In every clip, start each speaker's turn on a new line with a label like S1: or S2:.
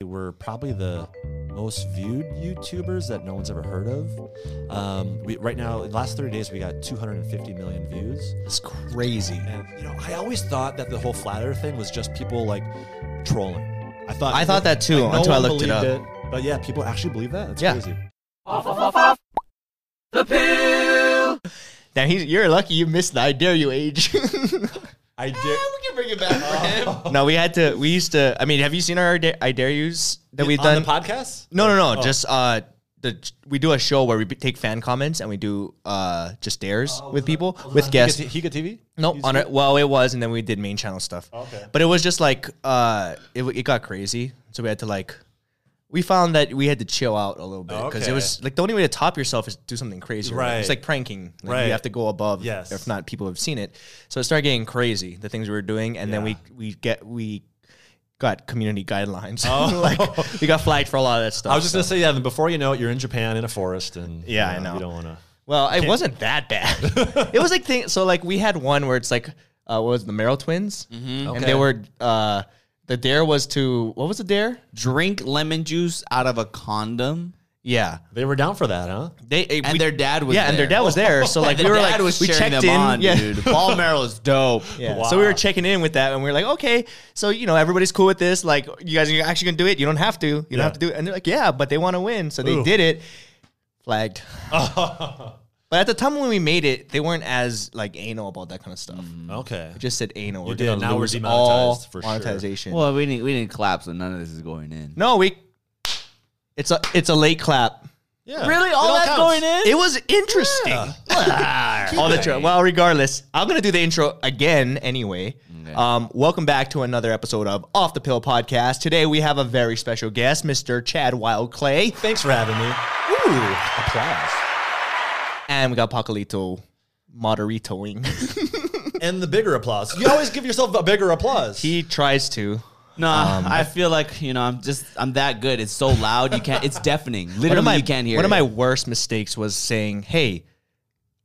S1: We're probably the most viewed YouTubers that no one's ever heard of. Um, we, right now, in the last 30 days, we got 250 million views.
S2: It's crazy.
S1: And, you know, I always thought that the whole flat earth thing was just people like trolling. I thought
S2: I thought that too
S1: no
S2: until I
S1: one
S2: looked it up.
S1: believed But yeah, people actually believe that. That's
S2: Yeah.
S1: crazy.
S2: Now he's, you're lucky you missed the I dare you age.
S1: I did.
S2: we can bring it back for him. No, we had to. We used to. I mean, have you seen our I dare, I dare yous that we've
S1: on
S2: done?
S1: the podcast?
S2: no, no, no.
S1: Oh.
S2: Just uh, the we do a show where we b- take fan comments and we do uh just dares
S1: Oh,
S2: with people with guests.
S1: Hika TV?
S2: No, on it. Well, it was, and then we did main channel stuff.
S1: Oh, Okay.
S2: But it was just like uh, it w- it got crazy, so we had to like. We found that we had to chill out a little bit because
S1: Okay.
S2: it was like the only way to top yourself is to do something crazy.
S1: Right.
S2: It's like pranking. Like,
S1: Right.
S2: You have to go above.
S1: Yes.
S2: If not, people have seen it. So it started getting crazy. The things we were doing, and then
S1: Yeah.
S2: we we get we got community guidelines. Oh. like we got flagged for a lot of that stuff.
S1: I was just
S2: so-
S1: gonna say, yeah. then Before you know it, you're in Japan in a forest, and
S2: Yeah, I
S1: you
S2: know.
S1: you don't want to.
S2: Well, it wasn't that bad. it was like thing. So like we had one where it's like, uh, what was it, the Merrill twins, mm-hmm. and
S1: Okay.
S2: they were uh, the dare was to what was the dare?
S3: Drink lemon juice out of a condom.
S2: Yeah,
S1: They were down for that, huh?
S2: they eh,
S3: And
S2: we-
S3: their dad was
S2: yeah, and their
S3: there.
S2: dad was there. So like
S3: Their
S2: we were
S3: dad
S2: like
S3: was
S2: we
S3: cheering
S2: checked
S3: them
S2: in,
S3: on,
S2: yeah.
S3: dude. Paul Merrill is dope.
S2: Yeah.
S1: Wow.
S2: So we were checking in with that, and we were like, okay, so you know everybody's cool with this. Like, you guys are actually gonna do it. You don't have to. You don't
S1: Yeah.
S2: have to do it. And they're like, yeah, but they want to win, so they
S1: Ooh.
S2: did it. Flagged. but at the time when we made it, they weren't as like anal about that kind of stuff.
S3: Mm.
S1: Okay.
S2: We just said anal. We're
S1: did.
S2: gonna
S1: Now we're
S2: lose
S1: demonetized
S2: all
S1: for sure.
S2: monetization.
S3: Well, we didn't we didn't clap, so none of this is going in.
S2: no, we. It's a it's a late clap.
S1: Yeah.
S3: Really? All that going in?
S2: It was interesting. all the tr- well, regardless, I'm gonna do the intro again anyway.
S3: Okay.
S2: Um, welcome back to another episode of Off the Pill podcast. Today we have a very special guest, Mr. Chad Wild Clay,
S1: Thanks for having me. Ooh, applause.
S2: and we got Pacolito moderatoing.
S1: And the bigger applause. You always give yourself a bigger applause.
S2: he tries to.
S3: No,
S2: Um,
S3: I feel like you know I'm just I'm that good. It's so loud you can't. It's deafening.
S2: One of
S3: Literally,
S2: my-
S3: you can't hear.
S2: One of
S3: it.
S2: my worst mistakes was saying, "Hey,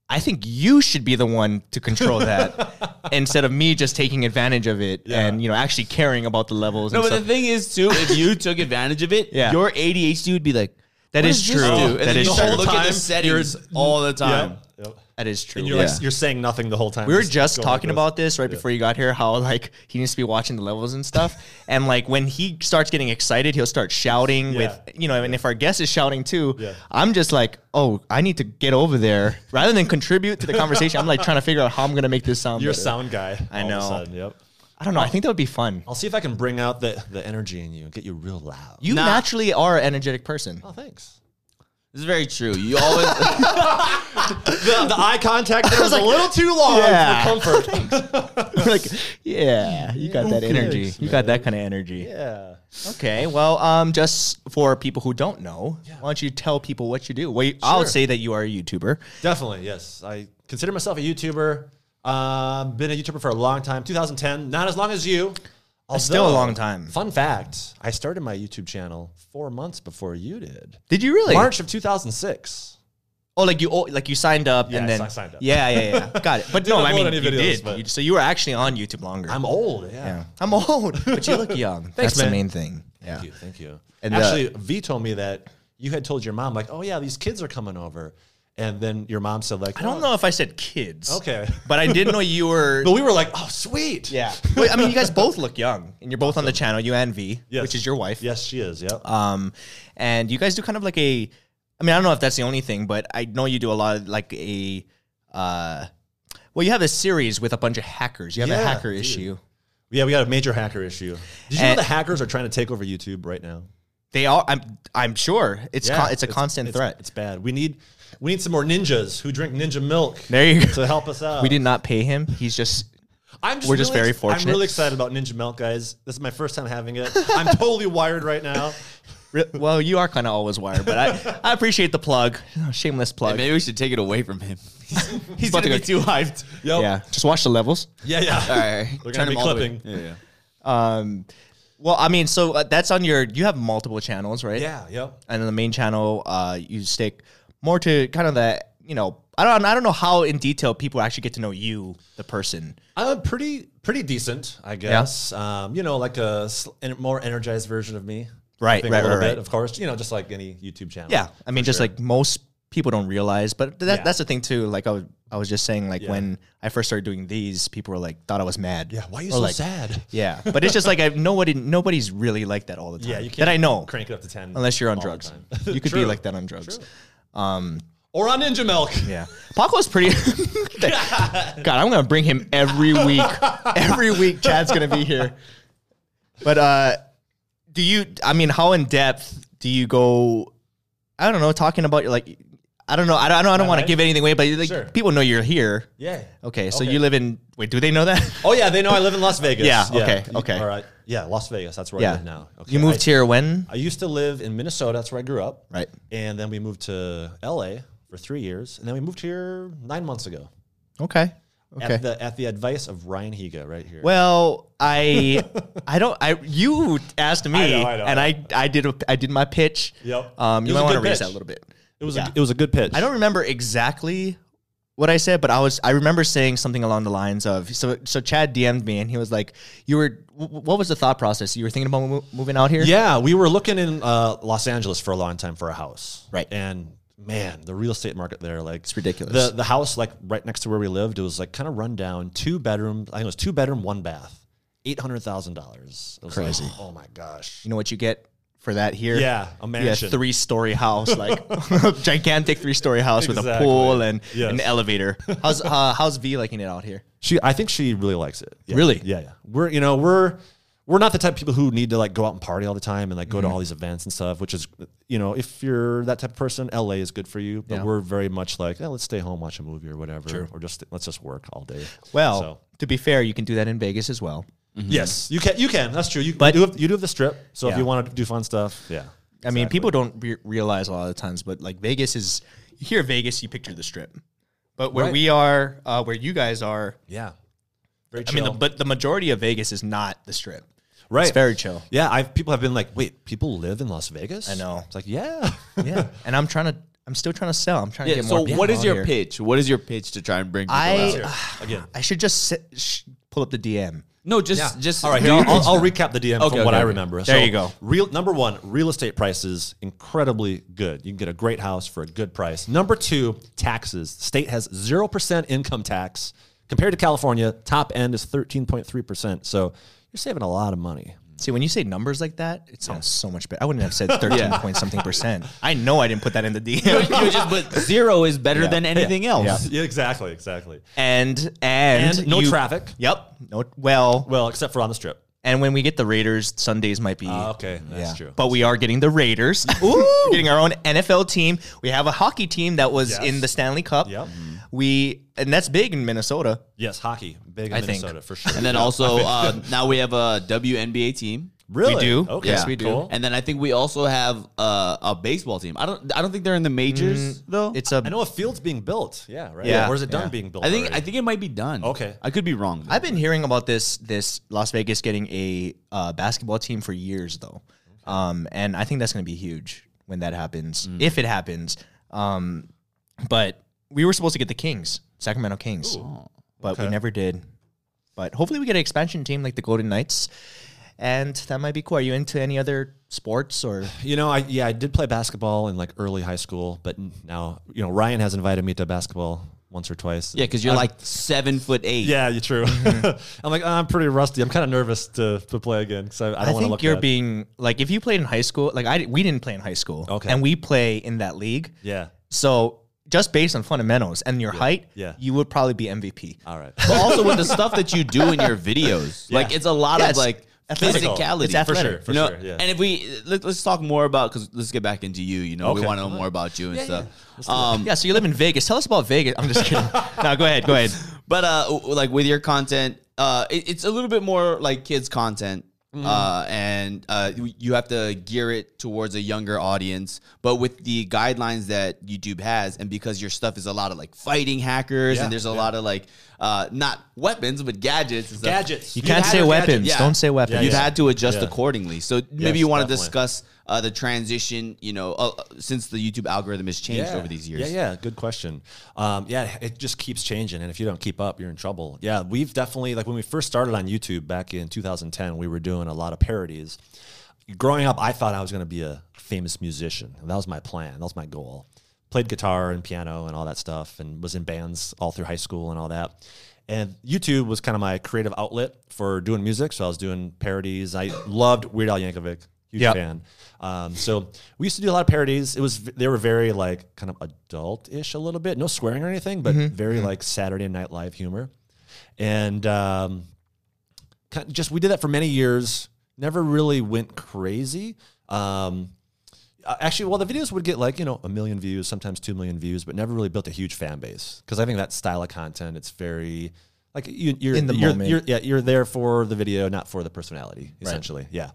S2: I think you should be the one to control that," instead of me just taking advantage of it
S1: Yeah.
S2: and you know actually caring about the levels.
S3: No,
S2: and
S3: but
S2: stuff.
S3: the thing is too, if you took advantage of it,
S2: Yeah.
S3: your ADHD would be like,
S2: That
S3: "What
S2: is
S3: does
S2: true.
S3: this do?" And
S2: That
S3: then
S2: is true.
S3: you start
S2: The whole
S3: looking at the
S1: time,
S3: settings
S1: you're-
S3: all the time.
S1: Yep, yep.
S2: that is true.
S1: And you're
S2: Yeah.
S1: like you're saying nothing the whole time.
S2: um, we were
S1: Just
S2: just
S1: going
S2: talking
S1: like this.
S2: about this right before you got here, how like he needs to be watching the levels and stuff. and like when he starts getting excited, he'll start shouting
S1: Yeah.
S2: with you know, and if our guest is shouting too,
S1: Yeah.
S2: I'm just like, Oh, I need to get over there. Rather than contribute to the conversation, I'm like trying to figure out how I'm gonna make this sound.
S1: You're a
S2: better.
S1: sound guy.
S2: I
S1: all of a
S2: know.
S1: sudden, Yep.
S2: I don't know. I think that would be fun.
S1: I'll see if I can bring out the, the energy in you and get you real loud.
S2: You
S3: Nah.
S2: naturally are an energetic person.
S1: oh, thanks.
S3: This is very true. You always
S1: The, the eye contact there was, a little too long
S2: Yeah.
S1: for comfort.
S2: like, yeah, you got that energy.
S1: thanks,
S2: you got that kind of energy.
S1: yeah.
S2: Okay, well, um, just for people who don't know, why don't you tell people what you do? Well, you, I would
S1: Sure.
S2: say that you are a YouTuber.
S1: Definitely, yes. I consider myself a YouTuber. Um, been a YouTuber for a long time. 2010, not as long as you. Although,
S2: still a long time.
S1: Fun fact: I started my YouTube channel four months before you did.
S2: Did you really?
S1: March of 2006.
S2: Oh, like you, oh, like you signed up
S1: Yes,
S2: and then
S1: I signed up.
S2: Yeah, yeah, yeah. got it. But no,
S1: Didn't
S2: I
S1: upload
S2: mean,
S1: any
S2: you
S1: videos,
S2: did.
S1: but-
S2: You- so you were actually on YouTube longer.
S1: I'm old. Yeah.
S2: yeah. I'm old, but you look young. That's
S1: man.
S2: the main thing. Yeah.
S1: Thank you. Thank you.
S2: And, uh,
S1: actually, V told me that you had told your mom like, "Oh yeah, these kids are coming over," and then your mom said like, "Oh,
S2: I don't know if I said kids.
S1: Okay.
S2: But I did know you were.
S1: But we were like, "Oh sweet."
S2: yeah. Wait, I mean, you guys both look young, and you're both on the channel. You and V,
S1: Yes.
S2: which is your wife.
S1: Yes, she is. Yep.
S2: Um, and you guys do kind of like a, I mean, I don't know if that's the only thing, but I know you do a lot of like a, uh, well, you have a series with a bunch of hackers. You have a
S1: Yeah,
S2: hacker
S1: dude.
S2: issue.
S1: yeah, we got a major hacker issue. Did you
S2: And-
S1: know the hackers are trying to take over YouTube right now?
S2: They are. I'm. I'm sure it's
S1: Yeah,
S2: con- it's a constant
S1: it's-
S2: threat.
S1: It's bad. We need we need some more ninjas who drink ninja milk
S2: there you go.
S3: uh,
S1: to help us out.
S2: we did not pay him. He's just.
S1: I'm just
S2: we're just
S1: really
S2: very
S1: ex-
S2: fortunate.
S1: I'm really excited about ninja milk, guys. This is my first time having it. I'm totally wired right now.
S2: re- Well, you are kind of always wired, but I, I appreciate the plug. Oh, Shameless plug.
S3: maybe we should take it away from him. He's
S2: about
S3: gonna be
S2: to
S3: too hyped.
S1: Yep.
S2: Yeah, just watch the levels.
S1: Yeah. Yeah.
S3: All right,
S1: We're gonna
S3: turn
S1: be
S3: him all the way-
S1: clipping.
S3: Yeah, yeah.
S2: Um, well, I mean, so uh, that's on your. You have multiple channels, right?
S1: Yeah. Yep.
S2: and then the main channel uh, you stick more to kind of the you know I don't I don't know how in detail people actually get to know you the person.
S1: I'm pretty pretty decent, I guess. Um, you know, like a sl- en- more energized version of me.
S2: Right,
S1: thing
S2: right,
S1: a little
S2: right, right.
S1: bit, of course. You know, just like any YouTube channel.
S2: Yeah, I mean,
S1: for
S2: just
S1: sure.
S2: like most people don't realize, but that,
S1: Yeah.
S2: that's the thing too. Like I was, I was just saying, like
S1: Yeah.
S2: when I first started doing these, people were like, thought I was mad.
S1: yeah. Why are you
S2: Or,
S1: so
S2: like,
S1: sad?
S2: Yeah, but it's just like I nobody, nobody's really like that all the time.
S1: Yeah, you can't.
S2: that I know,
S1: Crank it up to ten.
S2: unless you're on
S1: all the
S2: drugs.
S1: time.
S2: You could be
S1: True.
S2: like that on drugs. Um,
S1: or on Ninja Milk.
S2: yeah, Paco's pretty. God, I'm gonna bring him every week. Every week, Chad's gonna be here. But uh, do you? I mean, how in depth do you go? I don't know. Talking about your like, I don't know. I don't. I don't, I don't want to
S1: life?
S2: give anything away, but like,
S1: Sure.
S2: people know you're here.
S1: Yeah.
S2: Okay, so
S1: Okay.
S2: you live in. Wait, do they know that?
S1: Oh yeah, they know I live in Las Vegas.
S2: Yeah, okay, okay.
S1: All right. Yeah, Las Vegas. That's where I
S2: yeah.
S1: live now. Okay,
S2: you moved
S1: I-
S2: here when?
S1: I used to live in Minnesota. That's where I grew up.
S2: Right.
S1: And then we moved to LA for three years, and then we moved here nine months ago.
S2: Okay. Okay.
S1: At the at the advice of Ryan Higa, right here.
S2: Well, I I don't I you asked me
S1: I know, I know,
S2: and
S1: I
S2: I I did a, I did my pitch.
S1: Yep.
S2: Um,
S1: It
S2: you
S1: was
S2: might
S1: a
S2: want to
S1: good
S2: raise
S1: pitch.
S2: that a little bit.
S1: it was
S2: yeah.
S1: a, it was a good pitch.
S2: I don't remember exactly what I said, but I was I remember saying something along the lines of so so Chad DM'd me and he was like, "You were wh- what was the thought process? You were thinking about mo- moving out here?"
S1: Yeah, we were looking in uh, Los Angeles for a long time for a house.
S2: Right.
S1: And man, the real estate market there, like it's
S2: ridiculous.
S1: The the house like right next to where we lived, it was like kind of run down, two bedroom. I think it was two bedroom, one bath, eight hundred thousand dollars.
S2: Crazy.
S1: oh my gosh.
S2: You know what you get for that here?
S1: Yeah, a
S2: Yeah,
S1: mansion.
S2: three story house, like gigantic three story house with a
S1: Exactly.
S2: pool and
S1: Yes.
S2: an elevator. How's uh, how's V liking it out here?
S1: She, I think she really likes it. Yeah.
S2: Really?
S1: Yeah, yeah. We're, you know, we're we're not the type of people who need to like go out and party all the time and like go to all these events and stuff. Which is, you know, if you're that type of person, LA is good for you. But
S2: Yeah.
S1: we're very much like, yeah, let's stay home, watch a movie or whatever, or just let's just work all day.
S2: Well,
S1: So-
S2: to be fair, you can do that in Vegas as well.
S1: yes, you can, you can. That's true. You,
S2: But-
S1: Mm-hmm. but you do have, you do have the strip, so
S2: Yeah.
S1: if you want to do fun stuff, yeah.
S2: I mean, people don't re- realize a lot of times, but like Vegas is, you hear Vegas, you picture the strip. But where
S1: Right.
S2: we are, uh, where you guys are,
S1: Yeah. Very
S2: I mean, the,
S1: chill.
S2: but the majority of Vegas is not the strip.
S1: right.
S2: It's very chill.
S1: Yeah, I've people have been like, wait, people live in Las Vegas?
S2: I know.
S1: It's like, yeah,
S2: Yeah. and I'm trying to, I'm still trying to sell. I'm trying to
S3: Yeah,
S2: get more
S3: so
S2: people
S3: what is
S2: out
S3: your
S2: here.
S3: pitch? What is your pitch to try and bring people
S2: I,
S3: out?
S1: again.
S2: I should just sit, sh- pull up the DM.
S3: No, just just
S1: all right.
S3: do
S1: Here,
S3: your
S1: I'll,
S3: pitch
S1: I'll
S3: now.
S1: recap the DM
S3: Okay,
S1: from what
S3: okay,
S1: I
S3: okay.
S1: remember.
S2: There you go.
S1: Real number one, real estate prices incredibly good. You can get a great house for a good price. Number two, taxes. The state has zero percent income tax compared to California. Top end is thirteen point three percent. So you're saving a lot of money.
S2: See, when you say numbers like that, it sounds so much better. I wouldn't have said 13 point something percent. I know I didn't put that in the DM.
S3: You just but zero is better than anything else.
S2: Yeah.
S1: exactly. Exactly.
S2: and, and,
S1: And no
S2: you-
S1: traffic.
S2: Yep. No, well,
S1: Well, except for on the strip. Uh,
S2: And when we get the Raiders, Sundays might be.
S1: Oh, okay,
S2: yeah. But we are getting the Raiders. We're getting our own NFL team. We have a hockey team that was
S1: Yes.
S2: in the Stanley Cup.
S1: Yep.
S2: We and that's big in Minnesota.
S1: yes, hockey, big in
S2: I think.
S1: Minnesota for sure.
S3: And then also uh, now we have a WNBA team.
S1: really,
S2: We do.
S1: Okay,
S2: Yes, we do.
S1: cool.
S3: And then I think we also have uh, a baseball team. I don't I don't think they're in the majors though.
S2: It's a.
S1: I know a field's being built. Yeah, right.
S2: Yeah.
S1: or is it done
S2: Yeah.
S1: being built?
S3: I think
S1: already?
S3: I think it might be done.
S1: Okay.
S3: I could be wrong. though.
S2: I've been hearing about this this Las Vegas getting a uh, basketball team for years though, um, and I think that's going to be huge when that happens, if it happens. Um, but we were supposed to get the Kings, Sacramento Kings, but we never did. But hopefully, we get an expansion team like the Golden Knights, and that might be cool. Are you into any other sports or?
S1: You know, I yeah, I did play basketball in like early high school, but n- now you know Ryan has invited me to basketball once or twice.
S3: yeah, because you're like seven foot eight.
S1: yeah, you're true. I'm like "Ah, I'm pretty rusty. I'm kind of nervous to, to play again because I, I
S2: I
S1: don't want to
S2: think
S1: look.
S2: you're
S1: bad.
S2: being like if you played in high school, like I di- we didn't play in high school,
S1: Okay.
S2: and we play in that league.
S1: yeah.
S2: So just based on fundamentals and your height,
S1: yeah. Um,
S2: you would probably be MVP.
S1: All right.
S3: But also with the stuff that you do in your videos, like it's a lot
S2: Yeah,
S3: of
S2: it's
S3: like
S2: physical.
S3: physicality
S2: It's athletic.
S1: For sure, for
S3: you know,
S1: sure, yeah.
S3: And if we let, us talk more about because let's get back into you. You know, we
S1: Okay.
S3: want to know more about you and stuff. Um,
S2: Yeah, so you live in Vegas. Tell us about Vegas. I'm just kidding. no, go ahead. Go ahead.
S3: but uh, w- like with your content, uh, it, it's a little bit more like kids content.
S1: Mm-hmm.
S3: Uh, and uh, you- you have to gear it towards a younger audience, but with the guidelines that YouTube has, and because your stuff is a lot of like fighting hackers,
S1: Yeah,
S3: and there's a
S1: yeah.
S3: lot of like uh, not weapons but gadgets. And stuff.
S1: Gadgets.
S2: You
S1: You
S2: can't
S3: had
S2: say
S3: to-
S2: weapons.
S3: yeah.
S2: Don't say weapons.
S1: Yeah,
S3: You've
S1: yeah.
S3: had to adjust
S1: Yeah.
S3: accordingly. So maybe
S1: Yes,
S3: you want to
S1: definitely.
S3: discuss uh, the transition, you know, uh, uh, since the YouTube algorithm has changed over these years.
S1: Yeah, yeah, good question. Um, yeah, it just keeps changing, and if you don't keep up, you're in trouble. Yeah, we've definitely like when we first started on YouTube back in 2010, we were doing a lot of parodies. growing up, I thought I was going to be a famous musician. That was my plan. That was my goal. Played guitar and piano and all that stuff, and was in bands all through high school and all that. And YouTube was kind of my creative outlet for doing music. So I was doing parodies. I loved Weird Al Yankovic, huge
S2: Yep.
S1: fan. Um, so we used to do a lot of parodies. It was they were very like kind of adult-ish a little bit, no swearing or anything, but very like Saturday Night Live humor. And um, kind just we did that for many years. Never really went crazy. Um, uh, actually, well, the videos would get like you know a million views, sometimes two million views, but never really built a huge fan base because I think that style of content it's very like you, you're
S2: In the
S1: you're,
S2: moment.
S1: You're, yeah, you're there for the video, not for the personality, essentially. Yeah,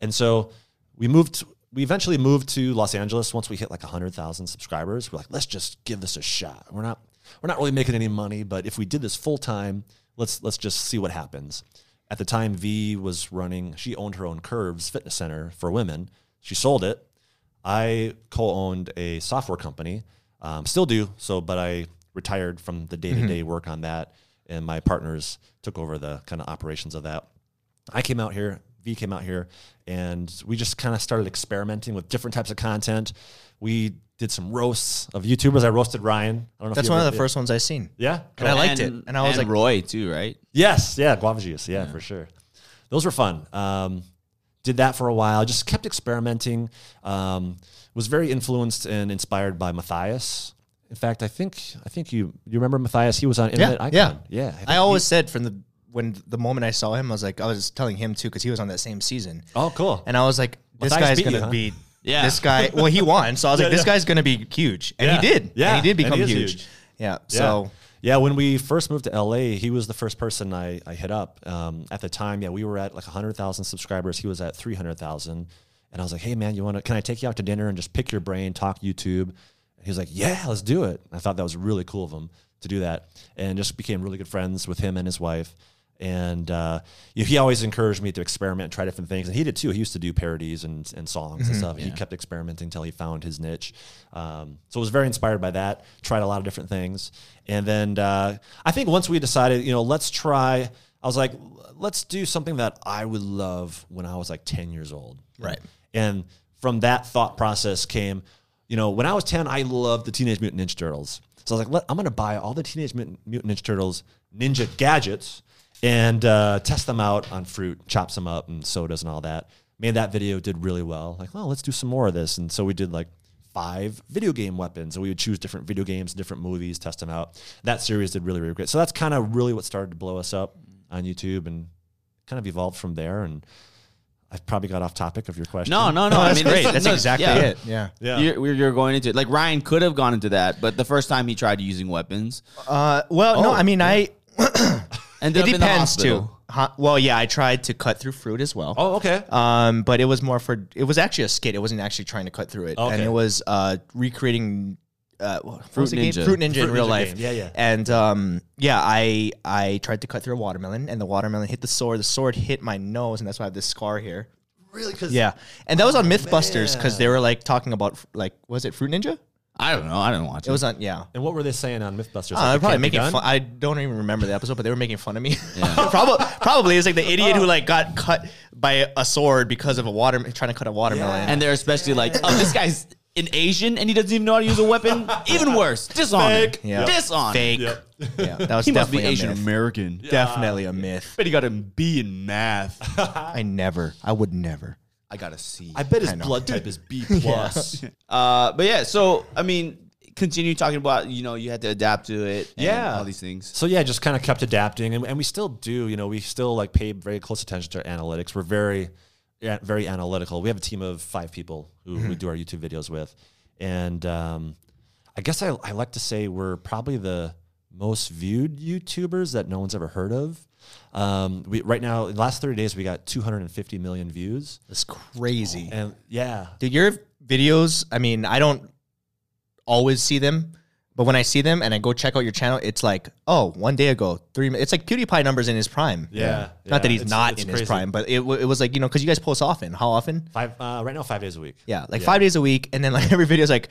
S1: and so we moved. We eventually moved to Los Angeles once we hit like hundred thousand subscribers. We're like, let's just give this a shot. We're not we're not really making any money, but if we did this full time, let's let's just see what happens. At the time, V was running. She owned her own Curves Fitness Center for women. She sold it. I co-owned a software company, um, still do so, but I retired from the day-to-day
S2: Mm-hmm.
S1: work on that, and my partners took over the kind of operations of that. I came out here, V came out here, and we just kind of started experimenting with different types of content. We did some roasts of YouTubers. I roasted Ryan. I don't know.
S2: That's
S1: if you
S2: one
S1: ever-
S2: of the first ones I seen.
S1: Yeah.
S2: And I liked it.
S3: And-
S2: And I was
S3: and
S2: like,
S3: Roy too, right?
S1: Yes, yeah, guava juice, yeah, for sure. Those were fun. Um, did that for a while. Just kept experimenting. Um, was very influenced and inspired by Matthias. In fact, I think I think you you remember Matthias. He was on Internet
S2: yeah, yeah.
S1: Icon. Yeah, think
S2: I always said from the when the moment I saw him, I was like, I was telling him too because he was on that same season.
S1: he- oh, cool.
S2: And I was like, this
S1: Matthias
S2: guy's
S1: beat you,
S2: gonna
S1: huh?
S2: be
S3: Yeah.
S2: this guy. Well, he won, so I was like, this guy's gonna be huge, and
S1: Yeah.
S2: he did.
S1: Yeah,
S2: and he did
S1: and he
S2: become
S1: is
S2: huge.
S1: huge.
S2: Yeah.
S1: Yeah.
S2: So
S1: yeah, when we first moved to LA, he was the first person I, I hit up. Um, at the time, yeah, we were at like 100,000 subscribers. He was at 300,000. And I was like, hey, man, you want to, can I take you out to dinner and just pick your brain, talk YouTube? And he was like, yeah, let's do it. I thought that was really cool of him to do that and just became really good friends with him and his wife. And uh, you know, he always encouraged me to experiment and try different things. And he did too. He used to do parodies and, and songs and stuff. He kept experimenting until he found his niche. Um, so I was very inspired by that. Tried a lot of different things. And then uh, I think once we decided, you know, let's try, I was like, let's do something that I would love when I was like 10 years old.
S2: Right.
S1: And from that thought process came, you know, when I was 10, I loved the Teenage Mutant Ninja Turtles. So I was like, Let, I'm going to buy all the Teenage Mutant, Mutant Ninja Turtles ninja gadgets and uh, test them out on fruit, chops them up and sodas and all that. Made that video, did really well. Like, well, let's do some more of this. And so we did like five video game weapons and we would choose different video games, different movies, test them out. That series did really, really great. So that's kind of really what started to blow us up on YouTube and kind of evolved from there. And I've probably got off topic of your question.
S3: No, no, no.
S2: No,
S3: I
S2: that's
S3: mean,
S2: great.
S3: it's-
S2: That's
S3: no,
S2: exactly
S3: yeah.
S2: it. Yeah.
S1: Yeah.
S3: You're, we're- you're going into it. Like Ryan could have gone into that, but the first time he tried using weapons,
S2: Uh, well,
S1: Oh,
S2: no, I mean, I
S3: and
S2: it depends too. Huh? Well, yeah, I tried to cut through fruit as well.
S1: Oh, okay.
S2: Um, but it was more for it was actually a skit. It wasn't actually trying to cut through it,
S1: Okay.
S2: and it was uh, recreating uh, what what was the game?
S3: Ninja.
S2: Fruit Ninja
S1: Fruit
S2: in real
S1: Ninja
S2: life.
S1: game. Yeah, yeah.
S2: And um, yeah, I I tried to cut through a watermelon, and the watermelon hit the sword. The sword hit my nose, and that's why I have this scar here.
S1: Really? Because
S2: Yeah, and that was on MythBusters because
S1: man.
S2: they were like talking about like was it Fruit Ninja?
S3: I don't know. I don't watch
S2: It was on yeah.
S1: And what were they saying on MythBusters?
S2: Uh,
S1: Like,
S2: they're
S1: it
S2: probably
S1: can't be
S2: making
S1: done?
S2: fun. I don't even remember the episode, but they were making fun of me. probably, probably it's like the idiot who like got cut by a sword because of a water trying to cut a watermelon.
S3: and they're especially like, oh, this guy's an Asian and he doesn't even know how to use a weapon. even worse, dishonor,
S1: Fake.
S2: Yeah.
S3: dishonor.
S2: Fake.
S1: Yep.
S2: Yeah, that was
S3: He must
S2: definitely
S3: be
S2: a
S3: Asian
S2: myth.
S3: American.
S2: Definitely a myth.
S3: But he got a B in math.
S2: I never. I would never.
S3: I got a C.
S1: I bet his blood type is B plus.
S3: Uh, but yeah, so I mean, continue talking about you know you had to adapt to it. and
S1: Yeah.
S3: all these things.
S1: So yeah, just kind of kept adapting, and, and we still do. You know, we still like pay very close attention to our analytics. We're very, yeah, very analytical. We have a team of five people who
S2: Mm-hmm.
S1: we do our YouTube videos with, and um, I guess I, I like to say we're probably the most viewed YouTubers that no one's ever heard of. Um, we right now, in the last thirty days, we got two hundred and fifty million views,
S2: That's crazy.
S1: and yeah,
S2: Dude, your videos. I mean, I don't always see them, but when I see them and I go check out your channel, it's like, oh, one day ago, three. mi- It's like PewDiePie numbers in his prime.
S1: Yeah, yeah.
S2: Not that he's
S1: It's-
S2: not
S1: it's
S2: in
S1: crazy.
S2: his prime, but it, wa- it was like you know because you guys post often. How often?
S1: five uh, right now, five days a week.
S2: Yeah, like five days a week, and then like every video is like,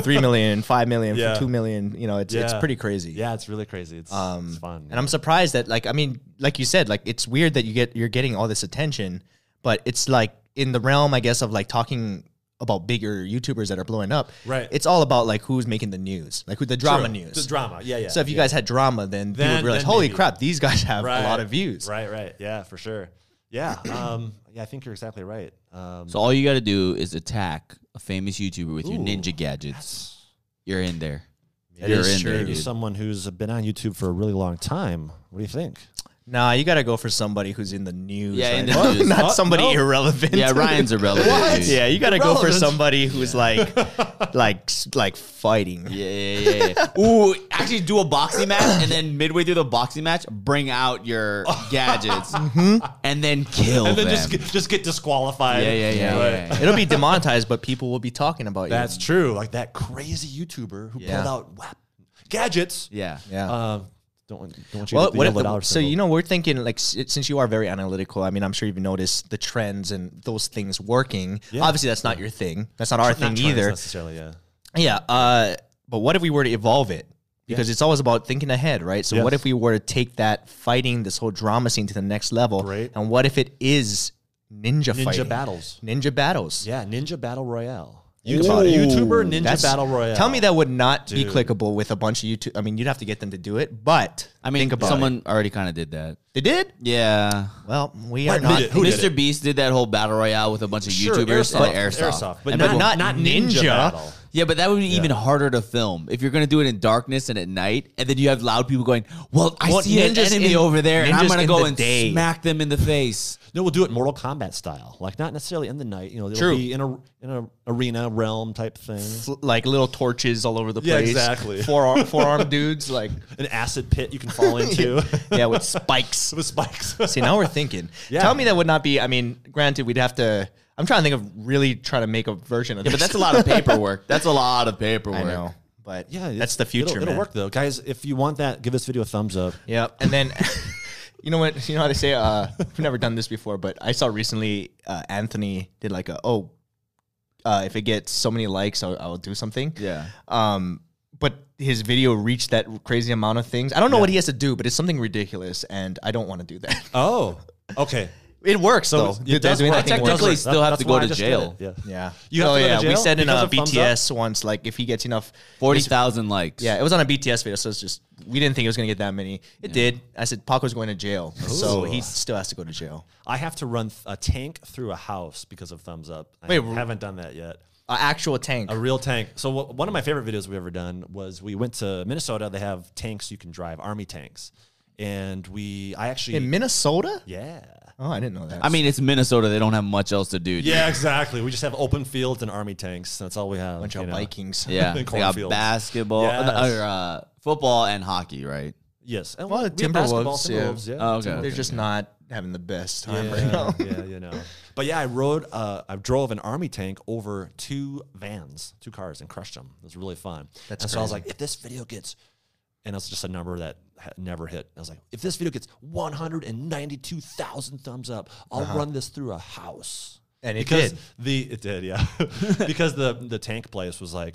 S2: three million, five million,
S1: Yeah.
S2: two million. You know, it's it's
S1: Yeah.
S2: pretty crazy.
S1: Yeah, it's really crazy. It's, it's fun.
S2: Um, and I'm surprised that like I mean, like you said, like it's weird that you get you're getting all this attention, but it's like in the realm, I guess, of like talking about bigger YouTubers that are blowing up,
S1: Right.
S2: It's all about like who's making the news, like who the drama news.
S1: The drama. Yeah, yeah.
S2: so if you
S1: yeah.
S2: guys had drama, then, you
S1: Then-
S2: would realize,
S1: then
S2: holy
S1: maybe.
S2: crap, these guys have a lot of views.
S1: Right, right. Yeah, for sure. Yeah. Um, yeah, I think you're exactly right. Um,
S3: So all you got to do is attack a famous YouTuber with your ninja gadgets.
S1: that's-
S3: You're in there.
S2: That
S3: You're
S2: is
S3: in there,
S1: maybe
S3: dude.
S1: someone who's been on YouTube for a really long time. What do you think?
S2: Nah, you gotta go for somebody who's in the news.
S3: Yeah,
S2: right
S3: in the
S2: now.
S3: news.
S2: not
S1: Oh,
S2: somebody
S1: no.
S2: irrelevant.
S3: Yeah, Ryan's irrelevant.
S1: What?
S3: dude.
S2: yeah, you gotta go for
S1: Irrelevant.
S2: somebody who's like, like, s- like fighting.
S3: Yeah, yeah, yeah, yeah. Ooh, actually do a boxing match and then midway through the boxing match, bring out your gadgets and then kill
S1: Mm-hmm.
S2: Oh,
S1: And then
S3: them.
S1: just get, just get disqualified.
S3: yeah, yeah, yeah, yeah,
S1: Right.
S3: yeah.
S2: It'll be demonetized, but people will be talking about
S1: That's
S2: you.
S1: true. Like that crazy YouTuber who
S2: Yeah.
S1: pulled out whap, gadgets.
S3: Yeah.
S2: Yeah.
S1: Um, don't want don't want you
S2: well,
S1: to get the
S2: what if
S1: yellow
S2: the,
S1: dollar
S2: so
S1: symbol.
S2: you know we're thinking like s- since you are very analytical. I mean, I'm sure you've noticed the trends and those things working. Obviously, that's not your thing. That's not our
S1: Not
S2: thing
S1: trends
S2: either.
S1: necessarily. Yeah.
S2: Yeah. Uh, but what if we were to evolve it? Because it's always about thinking ahead, right? So what
S1: Yes.
S2: if we were to take that fighting, this whole drama scene to the next level?
S1: Right.
S2: And what if it is ninja,
S1: Ninja
S2: fighting?
S1: battles.
S2: Ninja battles.
S1: Yeah. Ninja battle royale. You can call it a YouTuber ninja
S2: That's-
S1: battle royale.
S2: Tell me that would not
S1: Dude.
S2: be clickable with a bunch of YouTube. I mean, you'd have to get them to do it, but
S3: I mean,
S2: think about it.
S3: someone already kind of did that.
S2: They did?
S3: Yeah.
S2: Well,
S1: Wait,
S2: we are not.
S1: did it? Who
S3: Mr. Beast did that whole battle royale with a bunch of
S1: Sure,
S3: YouTubers
S1: airsoft,
S3: and airsoft.
S1: but
S2: And
S1: not,
S2: but
S1: not
S2: not
S1: ninja
S2: ninja.
S1: battle.
S3: Yeah, but that would be even harder to film if you're going to do it in darkness and at night, and then you have loud people going, "Well, I
S2: Well,
S3: see an
S2: ninjas
S3: enemy
S2: in-
S3: over there, and I'm
S2: ninjas
S3: going to
S2: in
S3: go
S2: the
S3: and
S2: day."
S3: smack them in the face."
S1: No, we'll do it Mortal Kombat style. Like not necessarily in the night. You know, it'll
S2: True.
S1: be in a in a arena realm type thing.
S2: fl- like little torches all over the
S1: Yeah,
S2: place.
S1: exactly.
S2: Forearm, forearm dudes, like
S1: An acid pit you can fall into
S2: yeah, with spikes.
S1: with spikes.
S2: See, now we're thinking.
S1: Yeah.
S2: Tell me that would not be. I mean, granted, we'd have to. I'm trying to think of really trying to make a version of.
S3: Yeah, but
S2: this.
S3: that's a lot of paperwork. That's a lot of paperwork.
S2: I know, but
S1: yeah,
S2: yeah,
S1: it's-
S2: that's the future,
S1: It'll,
S2: man.
S1: it'll work though, guys. If you want that, give this video a thumbs up.
S2: Yep. And then, you know what? You know how they say? Uh, we've never done this before, but I saw recently uh, Anthony did like a oh, uh, if it gets so many likes, I'll, I'll do something.
S3: Yeah.
S2: Um, but his video reached that crazy amount of things. I don't know what he has to do, but it's something ridiculous, and I don't want to do that.
S1: Oh, okay.
S2: it works though.
S1: it
S2: Dude,
S1: does
S2: doing
S1: work.
S2: that thing
S1: It
S2: works.
S1: does work.
S3: Technically, still have
S1: That's
S3: to go
S1: why I
S3: to
S1: just did
S3: jail.
S1: it. Yeah.
S2: Yeah.
S1: You have
S2: oh
S1: to go to
S2: yeah, we
S1: jail
S2: said in
S1: because
S2: a
S1: of thumbs up?
S2: BTS once, like if he gets enough.
S3: Forty thousand likes.
S2: Yeah, it was on a BTS video, so it's just we didn't think it was gonna get that many. It did. I said Paco's going to jail,
S1: Ooh.
S2: so he still has to go to jail.
S1: I have to run th- a tank through a house because of thumbs up. I
S2: Wait,
S1: haven't done that yet.
S2: An actual tank.
S1: A real tank. So wh- one of my favorite videos we've ever done was we went to Minnesota. They have tanks you can drive, army tanks, and we I actually
S2: in Minnesota?
S1: yeah.
S2: Oh, I didn't know that.
S3: I mean, it's Minnesota. They don't have much else to do. dude.
S1: Yeah, exactly. We just have open fields and army tanks. That's all we have.
S2: bunch of
S1: you know.
S2: Vikings.
S3: Yeah.
S1: In
S3: They got
S1: cornfields.
S3: basketball
S1: Yes.
S3: or uh, football and hockey, right?
S1: Yes. And
S2: Well,
S1: we-
S2: the
S1: we have basketball,
S2: Timberwolves, yeah. Uh,
S1: Timberwolves, yeah.
S3: Oh, okay.
S2: They're just not having the best time right
S1: Yeah,
S2: now.
S1: yeah, you know. But yeah, I rode, uh, I drove an army tank over two vans, two cars, and crushed them. It was really fun.
S2: That's
S1: and so I was
S2: crazy.
S1: like, if this video gets, and it's just a number that ha- never hit. I was like, if this video gets 192,000 thumbs up, I'll run this through a house.
S2: Uh-huh. And it
S1: because
S2: did.
S1: The it did, yeah. because the the tank place was like,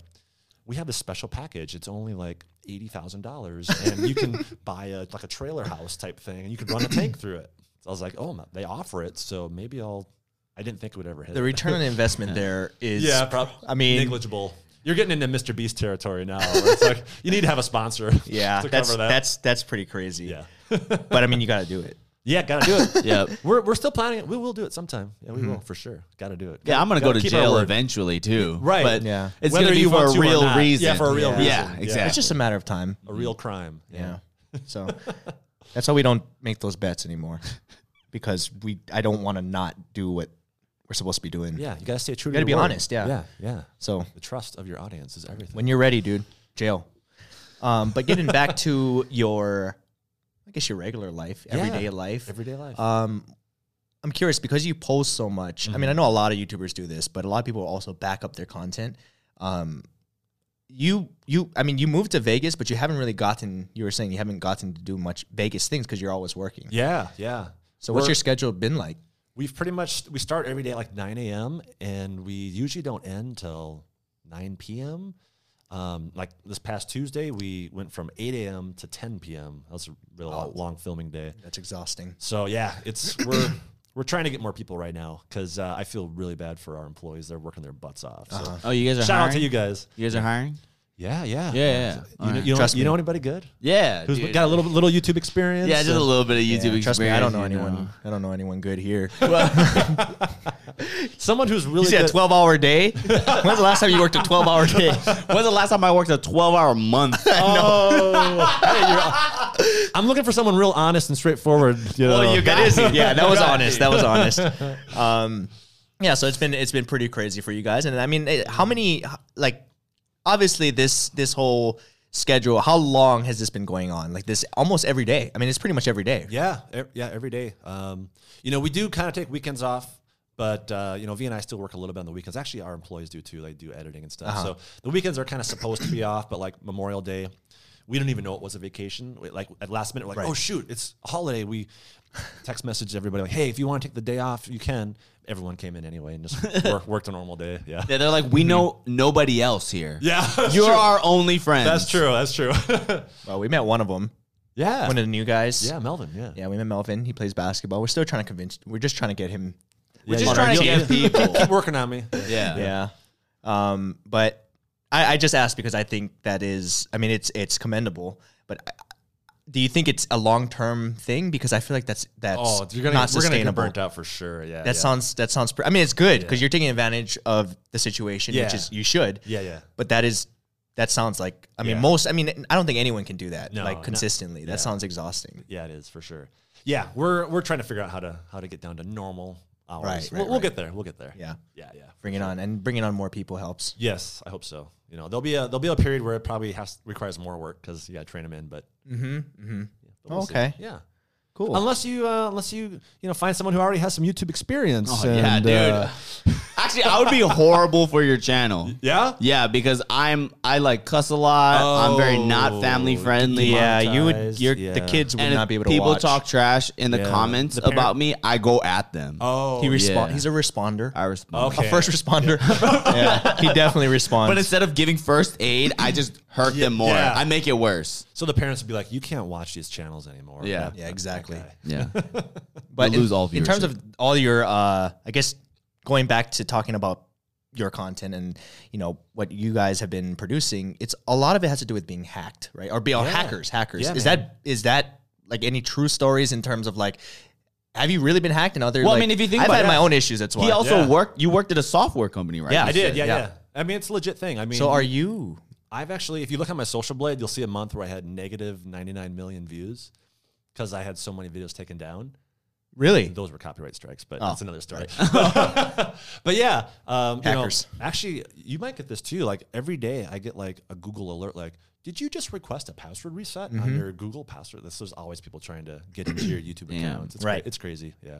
S1: we have this special package. It's only like eighty thousand dollars, and you can buy a like a trailer house type thing, and you could run a tank through it. So I was like, oh, they offer it, so maybe I'll. I didn't think it would ever hit.
S2: The return on investment there is
S1: yeah, probably.
S2: I mean-
S1: negligible. You're getting into Mr. Beast territory now. Where it's like you need to have a sponsor.
S2: Yeah,
S1: to
S2: that's
S1: cover that.
S2: that's that's pretty crazy.
S1: yeah,
S2: but I mean, you got to do it.
S1: yeah. Gotta do it.
S3: Yep.
S1: We're, we're still planning it. We will do it sometime. Yeah, we will for sure. Gotta do it.
S3: Yeah, I'm gonna go
S1: Gotta
S3: to
S1: keep our
S3: jail
S1: word.
S3: eventually too.
S1: Right.
S3: But
S2: Yeah.
S3: it's
S1: Whether
S3: gonna be
S1: you
S3: for
S1: want
S3: a
S1: to or
S3: real
S1: not.
S3: reason.
S1: Yeah, for a real
S2: Yeah.
S1: reason.
S3: Yeah, exactly.
S2: It's just a matter of time.
S1: a real crime.
S2: Yeah. So that's why we don't make those bets anymore because we I don't want to not do what we're supposed to be doing.
S1: Yeah, you gotta stay true.
S2: You gotta
S1: to
S2: be
S1: your word.
S2: honest, yeah.
S1: yeah, yeah.
S2: So
S1: The trust of your audience is everything.
S2: when you're ready, dude, jail. Um, but getting back to your, I guess your regular life, everyday life.
S1: everyday life.
S2: um, I'm curious because you post so much. I mean, I know a lot of YouTubers do this, but a lot of people also back up their content. Um, you, you, I mean, you moved to Vegas, but you haven't really gotten. You were saying you haven't gotten to do much Vegas things because you're always working.
S1: yeah, yeah.
S2: So what's
S1: We're-
S2: your schedule been like?
S1: We've pretty much we start every day at like 9 a.m. and we usually don't end till 9 p.m. Um, like this past Tuesday, we went from 8 a.m. to 10 p.m. That was a real long filming day.
S2: That's exhausting.
S1: So yeah, it's we're We're trying to get more people right now because uh, I feel really bad for our employees. They're working their butts off.
S2: Uh-huh.
S1: So
S3: Oh, you guys are
S1: shout
S3: hiring?
S1: out to you guys.
S3: You guys are hiring?
S1: Yeah, yeah,
S3: Yeah, yeah.
S1: You,
S3: All
S1: know,
S3: right.
S1: you, know,
S2: Trust
S1: you know anybody good
S3: Yeah.
S1: who's
S3: dude.
S1: got a little little YouTube experience?
S3: Yeah, just a
S1: and-
S3: little bit of
S2: Yeah,
S3: YouTube experience.
S2: trust me, I don't know
S3: you
S2: anyone. I don't know anyone good here.
S1: someone who's
S2: you
S1: really
S2: said a
S1: good.
S2: twelve hour day. When's the last time you worked a twelve hour day?
S3: When's the last time I worked a 12 hour month?
S1: Oh, hey, you're- I'm looking for someone real honest and straightforward. Oh, You know,
S2: Well, you got
S3: got me.
S2: Yeah, that
S3: You
S2: was
S3: got
S2: honest. That was honest. Um, yeah, so it's been it's been pretty crazy for you guys. And I mean, eh, how many like obviously this this whole schedule? How long has this been going on? Like this almost every day. I mean, it's pretty much every day.
S1: Yeah, e- yeah, every day. Um, you know, we do kind of take weekends off, but uh, you know, V and I still work a little bit on the weekends. Actually, our employees do too. They do editing and stuff.
S3: Uh-huh.
S1: So the weekends are kind of supposed to be off, but like Memorial Day, we don't even know it was a vacation. We- like at last minute, we're like, oh shoot, it's a holiday. We text messaged everybody like, hey, if you want to take the day off, you can. Everyone came in anyway and just work, worked a normal day. Yeah.
S3: Yeah, they're like, we know nobody else here.
S1: Yeah, that's
S3: You're
S1: true.
S3: our only friend.
S1: That's true. That's true.
S2: Well, we met one of them,
S1: yeah.
S2: one of the new guys.
S1: yeah, Melvin. Yeah.
S2: Yeah, we met Melvin. He plays basketball. We're still trying to convince. We're just trying to get him.
S1: We're
S3: just trying to get people.
S1: Keep working on me.
S3: Yeah.
S2: Yeah. Um, but I, I just asked because I think that is. I mean, it's it's commendable, but. I, do you think it's a long term thing? Because I feel like that's that's
S1: Oh, you're gonna,
S2: not
S1: we're gonna get
S2: sustainable.
S1: burnt out for sure. Yeah.
S2: That
S1: yeah.
S2: sounds that sounds. Pre- I mean, it's good because you're taking advantage of the situation, which
S1: Yeah.
S2: is you should.
S1: Yeah, yeah.
S2: But that is that sounds like I mean
S1: Yeah.
S2: most. I mean, I don't think anyone can do that
S1: No,
S2: like
S1: no.
S2: consistently. That sounds exhausting.
S1: Yeah, it is for sure. Yeah, we're we're trying to figure out how to how to get down to normal hours.
S2: Right, right,
S1: we'll, we'll
S2: right.
S1: get there. We'll get there.
S2: Yeah,
S1: yeah, yeah.
S2: bring it on and bringing on more people helps.
S1: Yes, I hope so. You know, there'll be a there'll be a period where it probably has requires more work because you got to train them in. But but we'll see.
S2: Mm-hmm, Okay.
S1: yeah,
S2: Cool.
S1: Unless you uh, unless you you know find someone who already has some YouTube experience.
S2: Oh,
S3: yeah,
S1: and,
S3: dude.
S1: uh,
S3: Actually, I would be horrible for your channel.
S1: yeah.
S3: Yeah, because I'm I like cuss a lot. I'm very not family
S1: Oh,
S3: friendly.
S2: yeah, you would.
S1: monetized,
S2: Your the
S1: yeah.
S2: kids would
S3: And
S2: not
S3: if
S2: be able to
S3: people
S2: watch.
S3: talk trash in the comments
S1: The parent-
S3: about me, I go at them.
S1: Oh,
S2: He respond.
S3: yeah.
S2: He's a responder.
S3: I respond.
S1: Okay.
S2: A first responder. yeah, he definitely responds.
S3: But instead of giving first aid, I just hurt them more.
S1: yeah.
S3: I make it worse.
S1: so the parents would be like, "You can't watch these channels anymore."
S3: Yeah.
S1: That-
S2: yeah,
S1: that
S2: exactly.
S1: guy.
S3: Yeah.
S2: but
S3: You'll
S2: in,
S3: lose all
S2: in terms
S3: viewership.
S2: of all your uh i guess going back to talking about your content and you know what you guys have been producing it's a lot of it has to do with being hacked right or be or hackers hackers
S1: Yeah,
S2: is
S1: man.
S2: that is that like any true stories in terms of like have you really been hacked and other
S3: Well, I
S2: like-
S3: mean, if you think
S2: i've
S3: about
S2: had
S3: it,
S2: my own issues that's why
S3: He also
S1: Yeah.
S3: worked. You worked at a software company, right?
S2: Yeah,
S1: I did. Yeah,
S2: Yeah.
S1: yeah, I mean, it's a legit thing. I mean,
S2: so are you
S1: I've actually, if you look at my social blade, you'll see a month where I had negative 99 million views because I had so many videos taken down.
S2: really
S1: Those were copyright strikes,
S2: Oh,
S1: but that's another story. but yeah, um,
S2: Hackers.
S1: You know, actually, you might get this too. Like every day, I get like a Google alert, like, "Did you just request a password reset
S2: Mm-hmm.
S1: on your Google password?" This there's always people trying to get into your YouTube
S3: Yeah,
S1: accounts. It's
S2: right.
S1: cra- it's crazy. Yeah,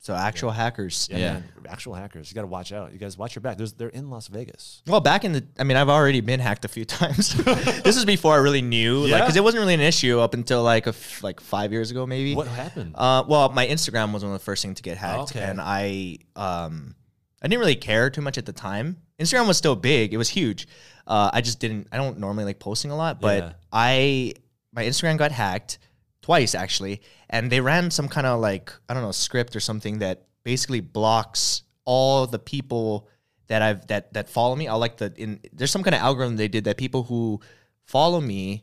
S2: so actual hackers
S1: yeah.
S3: Yeah.
S1: man. actual hackers, you got to watch out. You guys watch your back. There's, they're in Las Vegas.
S2: Well, back in the, I mean, I've already been hacked a few times. this is before I really knew, like,
S1: Yeah.
S2: because it wasn't really an issue up until like a f- like five years ago, maybe.
S1: What happened?
S2: Uh, well, my Instagram was one of the first things to get hacked,
S1: Okay.
S2: and I um, I didn't really care too much at the time. Instagram was still big; it was huge. Uh, I just didn't. I don't normally like posting a lot, but
S1: Yeah.
S2: I my Instagram got hacked twice actually, and they ran some kind of like I don't know script or something that basically blocks all the people that I've that that follow me. I like the in there's some kind of algorithm they did that people who follow me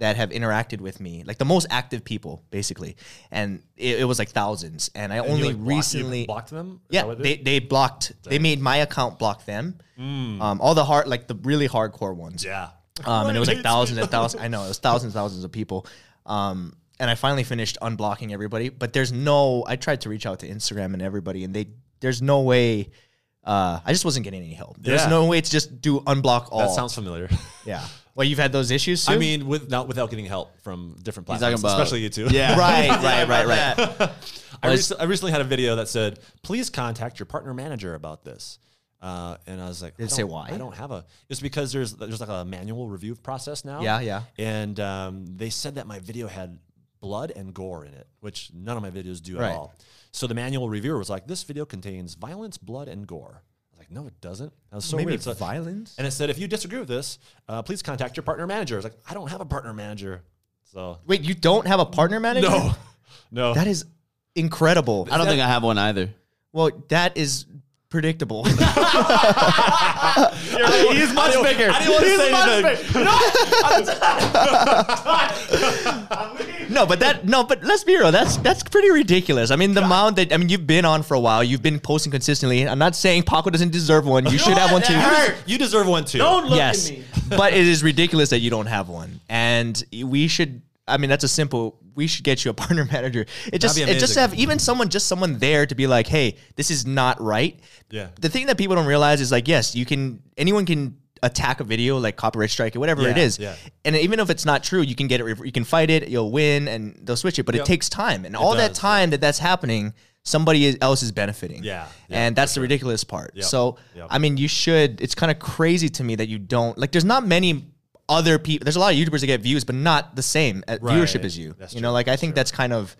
S2: that have interacted with me, like the most active people, basically, and it, it was like thousands. And I
S1: You,
S2: only
S1: like, block- you
S2: recently,
S1: blocked them. Is that
S2: yeah,
S1: what it
S2: they,
S1: is?
S2: they blocked. They made my account block them. Um, all the hard, like the really hardcore ones.
S1: Mm. yeah.
S2: Um, and it was
S1: Everyone
S2: like
S1: hates
S2: thousands
S1: me.
S2: and thousands. I know it was thousands, thousands of people. Um, and I finally finished unblocking everybody. But there's no. I tried to reach out to Instagram and everybody, and they there's no way. Uh, I just wasn't getting any help. There's
S1: Yeah.
S2: no way to just do unblock all.
S1: That sounds familiar.
S2: yeah. Well, you've had those issues. Too?
S1: I mean, with not without getting help from different
S3: He's
S1: platforms,
S3: talking about
S1: especially YouTube.
S3: Yeah.
S2: right, right, right, right.
S1: I, rec- I recently had a video that said, "Please contact your partner manager about this." Uh, and I was like, "Did
S2: it say why?
S1: I don't have a." It's because there's there's like a manual review process now.
S2: Yeah, yeah.
S1: And um, they said that my video had blood and gore in it, which none of my videos do
S2: Right.
S1: at all. So the manual reviewer was like, "This video contains violence, blood, and gore." I was like, "No, it doesn't." That was so
S2: Maybe
S1: weird. So-
S2: violence?
S1: And it said, if you disagree with this, uh, please contact your partner manager. I was like, I don't have a partner manager. So,
S2: Wait, you don't have a partner manager?
S1: no, no.
S2: That is incredible.
S3: I don't think I have one either.
S2: Well, that is predictable.
S1: He's much bigger. I didn't want to say anything.
S2: no, but that no, but let's be real. That's that's pretty ridiculous. I mean, the amount that I mean, you've been on for a while. You've been posting consistently. I'm not saying Paco doesn't deserve one. You, should have one too.
S1: You deserve one too.
S4: Don't look
S2: yes,
S4: at me.
S2: but it is ridiculous that you don't have one. And we should. I mean, that's a simple. We should get you a partner manager. It just,
S1: be
S2: it just
S1: amazing.
S2: have even someone, just someone there to be like, hey, this is not right.
S1: Yeah.
S2: The thing that people don't realize is like, yes, you can. Anyone can attack a video like copyright strike or whatever it
S1: Yeah,
S2: is.
S1: yeah.
S2: And even if it's not true, you can get it. re- You can fight it. You'll win, and they'll switch it. But it takes time, and all that
S1: does,
S2: time that that's happening, somebody is- else is benefiting.
S1: Yeah, yeah,
S2: And that's the ridiculous part. So
S1: yep.
S2: I mean, you should. It's kind of crazy to me that you don't like. There's not many other people. There's a lot of YouTubers that get views, but not the same at
S1: Right.
S2: viewership as you.
S1: That's
S2: you know,
S1: true.
S2: like I think that's kind of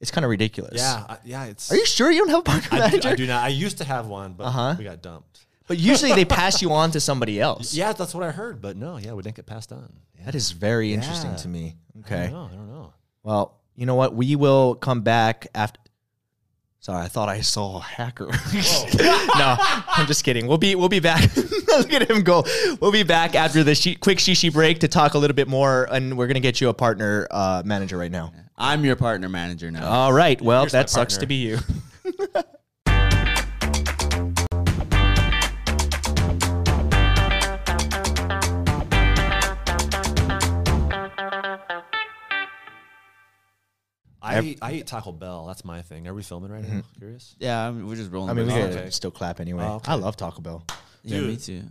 S2: it's kind of ridiculous.
S1: Yeah, I- yeah. It's.
S2: Are you sure you don't have a pocket
S1: I do,
S2: manager? Uh-huh.
S1: I do not. I used to have one, but we got dumped.
S2: But usually they pass you on to somebody else.
S1: Yeah, that's what I heard. But no, yeah, we didn't get passed on. Yeah,
S2: That is very interesting to me. Okay.
S1: no, I don't know.
S2: Well, you know what? We will come back after. Sorry, I thought I saw a hacker. no, I'm just kidding. We'll be we'll be back. Look at him go. We'll be back after the she- quick shishi break to talk a little bit more, and we're gonna get you a partner uh, manager right now.
S3: I'm your partner manager now.
S1: Oh.
S2: All right. Well,
S1: Here's my
S2: that sucks
S1: partner.
S2: to be you.
S1: I eat, I eat Taco Bell. That's my thing. Are we filming right now?
S2: Mm-hmm.
S1: Curious.
S3: yeah, I mean, we're just rolling.
S2: I mean, we
S3: with it.
S2: gotta still clap anyway. I love Taco Bell.
S1: Oh,
S3: yeah, me too.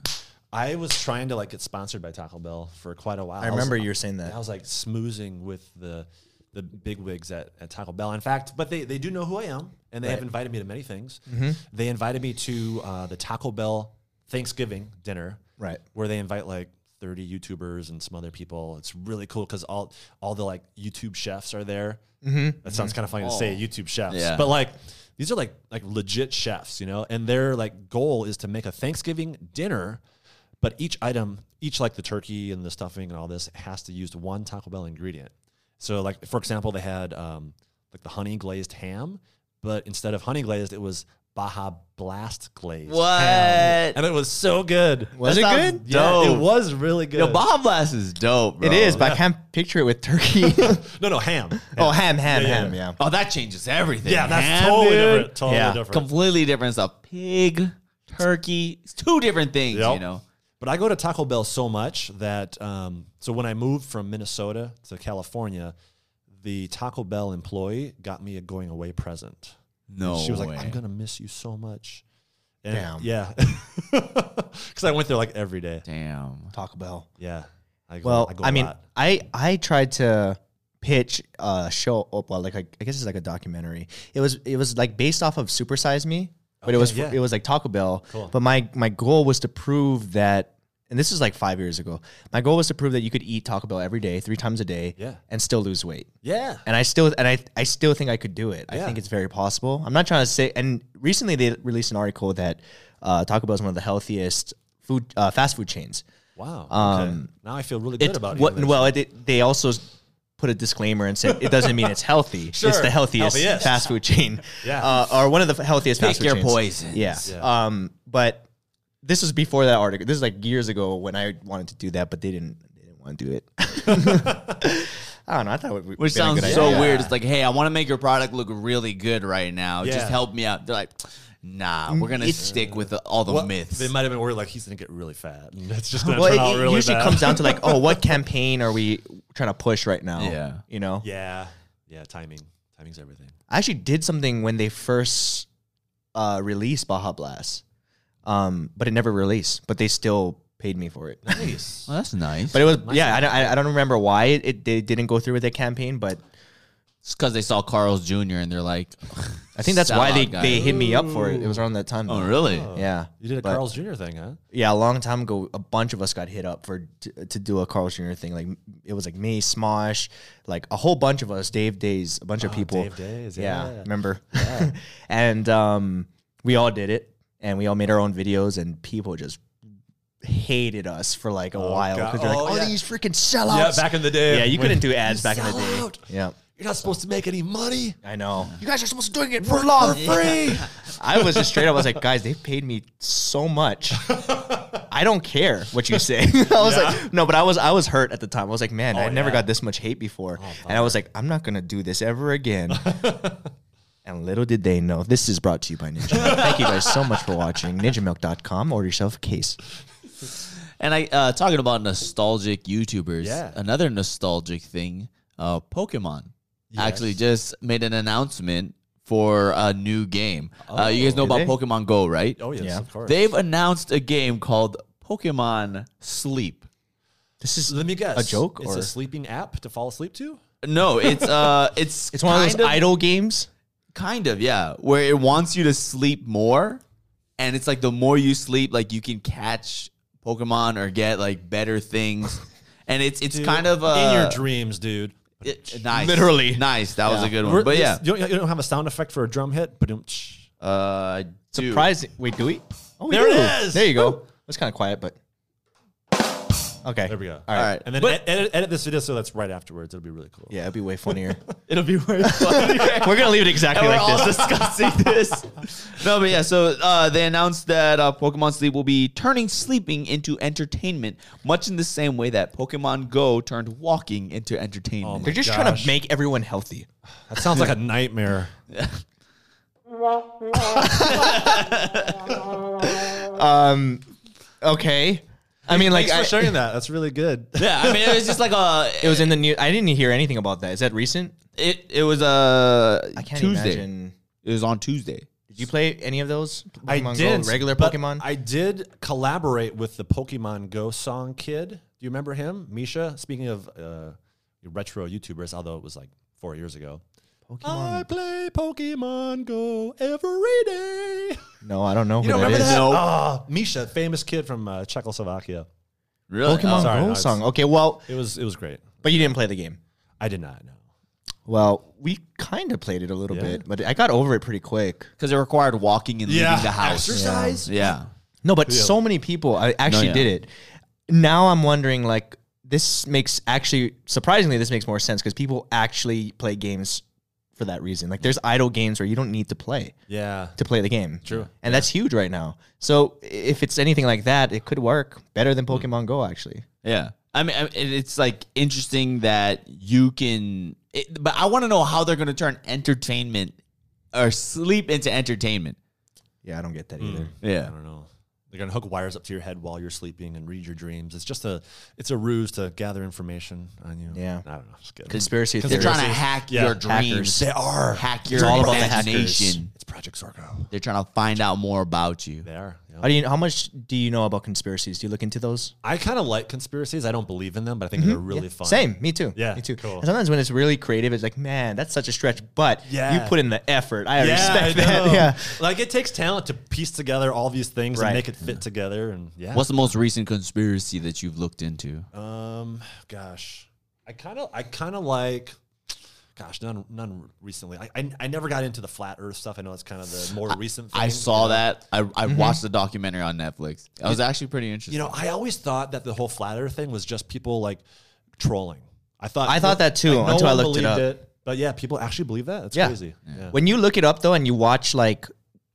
S1: I was trying to like get sponsored by Taco Bell for quite a while.
S2: I
S1: was-
S2: remember you were saying
S1: I
S2: that.
S1: was like smoozing with the the big wigs at, at Taco Bell. In fact, but they, they do know who I am, and they have invited me to many things.
S2: Mm-hmm.
S1: They invited me to uh, the Taco Bell Thanksgiving dinner,
S2: Right.
S1: Where they invite like thirty YouTubers and some other people. It's really cool because all all the like YouTube chefs are there.
S2: Mm-hmm.
S1: That sounds kind of funny to say YouTube chefs,
S3: Yeah.
S1: but like. These are like like legit chefs, you know, and their like goal is to make a Thanksgiving dinner but each item, each like the turkey and the stuffing and all this, has to use one Taco Bell ingredient. So, like for example, they had um, like the honey glazed ham, but instead of honey glazed, it was Baja Blast glazed.
S3: What?
S1: ham. And it was so good.
S2: Was
S3: That
S2: it
S3: sounds
S2: good?
S1: Yeah,
S3: Dope.
S1: it was really good.
S3: Yo, Baja Blast is dope, bro.
S2: It is, but I can't picture it with turkey.
S1: no, no, ham.
S2: oh, ham, ham,
S1: Yeah, yeah,
S2: ham.
S1: yeah.
S2: Yeah.
S3: Oh, that changes everything.
S1: Yeah, that's
S3: Ham,
S1: totally
S3: dude.
S1: different. Totally
S2: Yeah.
S1: different.
S3: Completely different stuff. Pig, turkey. It's two different things,
S1: Yep.
S3: you know.
S1: But I go to Taco Bell so much that um, so when I moved from Minnesota to California, the Taco Bell employee got me a going away present.
S3: No
S1: she was
S3: way.
S1: like, "I'm gonna miss you so much." And
S2: Damn.
S1: Yeah. Because I went there like every day.
S3: Damn.
S2: Taco Bell.
S1: Yeah. I go,
S2: Well,
S1: go
S2: I
S1: a
S2: mean,
S1: lot.
S2: I I tried to pitch a show. oh, Well, like a, I guess it's like a documentary. It was it was like based off of Super Size Me, but it was
S1: yeah.
S2: it was like Taco Bell.
S1: Cool.
S2: But my my goal was to prove that. And this is like five years ago. My goal was to prove that you could eat Taco Bell every day, three times a day,
S1: Yeah.
S2: and still lose weight.
S1: yeah.
S2: And I still and I I still think I could do it. I
S1: Yeah.
S2: think it's very possible. I'm not trying to say. And recently they released an article that uh, Taco Bell is one of the healthiest food uh, fast food chains.
S1: Wow. okay. Now I feel really
S2: It-
S1: good about
S2: um, what-
S1: you. Liz.
S2: Well, it, they also s- put a disclaimer and said it doesn't mean it's healthy. It's
S1: Sure,
S2: the healthiest,
S1: healthiest.
S2: fast food chain,
S1: Yeah.
S2: uh, or one of the healthiest fast
S3: Pick
S2: food
S3: your
S2: chains.
S3: poisons.
S2: Yeah. Um, but this was before that article. This is like years ago when I wanted to do that, but they didn't. They didn't want to do it. I don't know. I thought it would
S3: Which
S2: been a
S3: sounds
S2: good
S3: so
S2: idea.
S3: weird. It's like, hey, I want to make your product look really good right now.
S1: Yeah.
S3: Just help me out. They're like, nah, we're gonna stick with the, all the
S1: Well,
S3: myths.
S1: They might have been worried like he's gonna get really fat. And it's just gonna
S2: Well,
S1: turn out
S2: it, it
S1: really
S2: usually
S1: bad.
S2: comes down to like, oh, what campaign are we trying to push right now?
S3: Yeah.
S2: You know.
S1: Yeah. Yeah. Timing. Timing's everything.
S2: I actually did something when they first uh, released Baja Blast, um, but it never released. But they still paid me for it.
S1: Nice.
S3: well, that's nice.
S2: But it was yeah. I don't, I- I don't remember why it, it they didn't go through with that campaign, but
S3: it's because they saw Carl's Jr. and they're like,
S2: I think that's why
S3: sellout
S2: they,
S3: guy.
S2: they hit me up for it. It was around that time.
S3: Oh, really?
S2: Yeah.
S1: you did a
S2: But-
S1: Carl's Jr. thing, huh?
S2: Yeah, a long time ago, a bunch of us got hit up for to, to do a Carl Jr. thing. Like it was like me, Smosh, like a whole bunch of us, Dave Days, a bunch of people.
S1: Ah, Dave Days, yeah.
S2: remember? and um, we all did it, and we all made our own videos, and people just hated us for like a while
S1: God.
S2: because they're like,
S1: Oh,
S2: oh,
S1: yeah.
S2: these freaking sellouts.
S1: Yeah, back in the day.
S2: Yeah, you
S1: when-
S2: couldn't do ads back in the
S1: Sell
S2: day.
S1: out.
S2: Yeah,
S1: You're not supposed to make any money.
S2: I know.
S1: You guys are supposed to be doing it for love, free.
S2: I was just straight up. I was like, guys, they've paid me so much. I don't care what you say. I was like, no, but I was I was hurt at the time. I was like, man, I
S1: Oh, yeah.
S2: never
S1: Oh,
S2: got this much hate before, and I was like, I'm not gonna do this ever again. and little did they know, this is brought to you by Ninja. Milk. Thank you guys so much for watching. NinjaMilk.com. Order yourself a case.
S3: And I uh, talking about nostalgic YouTubers.
S1: Yeah.
S3: Another nostalgic thing, uh, Pokemon actually just made an announcement for a new game. uh, you guys know about
S2: Did they?
S3: Pokemon Go, right?
S1: Oh yes,
S2: Yeah.
S1: of course.
S3: They've announced a game called Pokemon Sleep.
S2: This
S1: So
S2: is
S1: Let me guess.
S2: a joke
S1: It's
S2: or
S1: a sleeping app to fall asleep to.
S3: No, it's uh, it's
S2: it's one of those
S3: kind
S2: idle games.
S3: kind of yeah, where it wants you to sleep more, and it's like the more you sleep, like you can catch Pokemon or get like better things, and it's it's
S1: Dude,
S3: kind of uh,
S1: in your dreams, dude.
S3: It- nice.
S2: Literally.
S3: Nice. That was a good
S1: We're-
S3: one. But yeah.
S1: you don't, you don't have a sound effect for a drum hit, but
S3: Uh, dude.
S2: Surprising. Wait, do we? Oh, we
S1: There it
S2: do.
S1: is.
S2: There you go. It's kind of quiet, but okay.
S1: there we go.
S2: All
S3: All
S2: right.
S3: right.
S1: And then ed- edit, edit this video so that's right afterwards. It'll be really cool.
S2: Yeah, it'd be way funnier.
S3: It'll be worth it.
S2: We're gonna leave it exactly
S3: We're
S2: like
S3: all
S2: this.
S3: discussing this. No, but yeah. So uh, they announced that uh, Pokemon Sleep will be turning sleeping into entertainment, much in the same way that Pokemon Go turned walking into entertainment.
S2: They're just trying
S1: Gosh.
S2: to make everyone healthy.
S1: That sounds like a nightmare.
S2: Um, okay. I mean, like,
S1: Thanks
S2: I,
S1: for sharing that. That's really good.
S3: yeah, I mean, it was just like a.
S2: it was in the news. I didn't hear anything about that. Is that recent?
S3: It it was a
S2: I can't
S3: Tuesday.
S2: imagine.
S3: It was on Tuesday.
S2: Did you play any of those? Pokemon
S1: I
S2: Go,
S1: did
S2: regular Pokemon.
S1: I did collaborate with the Pokemon Go song kid. Do you remember him, Misha? Speaking of uh, retro YouTubers, although it was like four years ago. I play Pokemon Go every day.
S2: no, I don't know who
S1: You don't
S2: that
S1: remember
S2: is.
S1: that?
S3: No.
S1: Ah, Misha, famous kid from uh, Czechoslovakia.
S3: Really? Oh.
S2: Pokemon
S1: sorry,
S2: Go
S1: no, it's-
S2: song. Okay, well,
S1: It was it was great.
S2: but you didn't play the game.
S1: I did not know.
S2: Well, we kind of played it a little
S1: Yeah.
S2: bit, but I got over it pretty quick.
S3: Because it required walking and leaving the house.
S1: exercise.
S3: Yeah.
S2: No, but so many people I actually
S3: yeah.
S2: did it. Now I'm wondering like this makes actually surprisingly this makes more sense because people actually play games for that reason. Like there's idle games where you don't need to play
S1: Yeah,
S2: to play the game.
S1: True.
S2: And that's huge right now. So i- if it's anything like that, it could work better than Pokemon Go actually.
S3: Yeah. I mean, I mean, it- it's like interesting that you can, it, but I want to know how they're going to turn entertainment or sleep into entertainment.
S2: Yeah, I don't get that either.
S1: I
S3: Yeah.
S1: don't know. They're gonna hook wires up to your head while you're sleeping and read your dreams. It's just a it's a ruse to gather information on you.
S2: Yeah.
S1: I don't know. Just kidding.
S2: Conspiracy
S1: Because
S2: theories.
S3: They're trying to hack
S1: Yeah.
S3: your dreams.
S2: Hackers.
S1: They are.
S3: Hack your
S2: It's all about the
S3: imagination.
S1: It's Project Zorgo.
S3: they're trying to find out more about you.
S1: They are. yeah.
S2: how, do you, how much do you know about conspiracies? Do you look into those?
S1: I kind of like conspiracies. I don't believe in them, but I think they're really fun.
S2: Mm-hmm. Same, me too.
S1: Yeah,
S2: me too.
S1: cool.
S2: And sometimes when it's really creative, it's like, man, that's such a stretch, but
S1: Yeah.
S2: you put in the effort. I
S1: Yeah,
S2: respect
S1: I
S2: that.
S1: know.
S2: Yeah.
S1: Like it takes talent to piece together all these things
S2: Right.
S1: and make it fit together. And yeah.
S3: What's the most recent conspiracy that you've looked into?
S1: Um, gosh, I kind of, I kind of like, gosh, none, none recently. I, I, I never got into the flat Earth stuff. I know it's kind of the more recent. Thing,
S3: I
S1: you
S3: saw
S1: know?
S3: that. I, I watched the documentary on Netflix. That was actually pretty interesting.
S1: Mm-hmm. You know, I always thought that the whole flat Earth thing was just people like trolling. I thought,
S2: I thought that too, until I
S1: one
S2: looked it
S1: believed
S2: up.
S1: But yeah, people actually believe that. That's
S2: Yeah.
S1: crazy. Yeah.
S2: When you look it up though, and you watch like,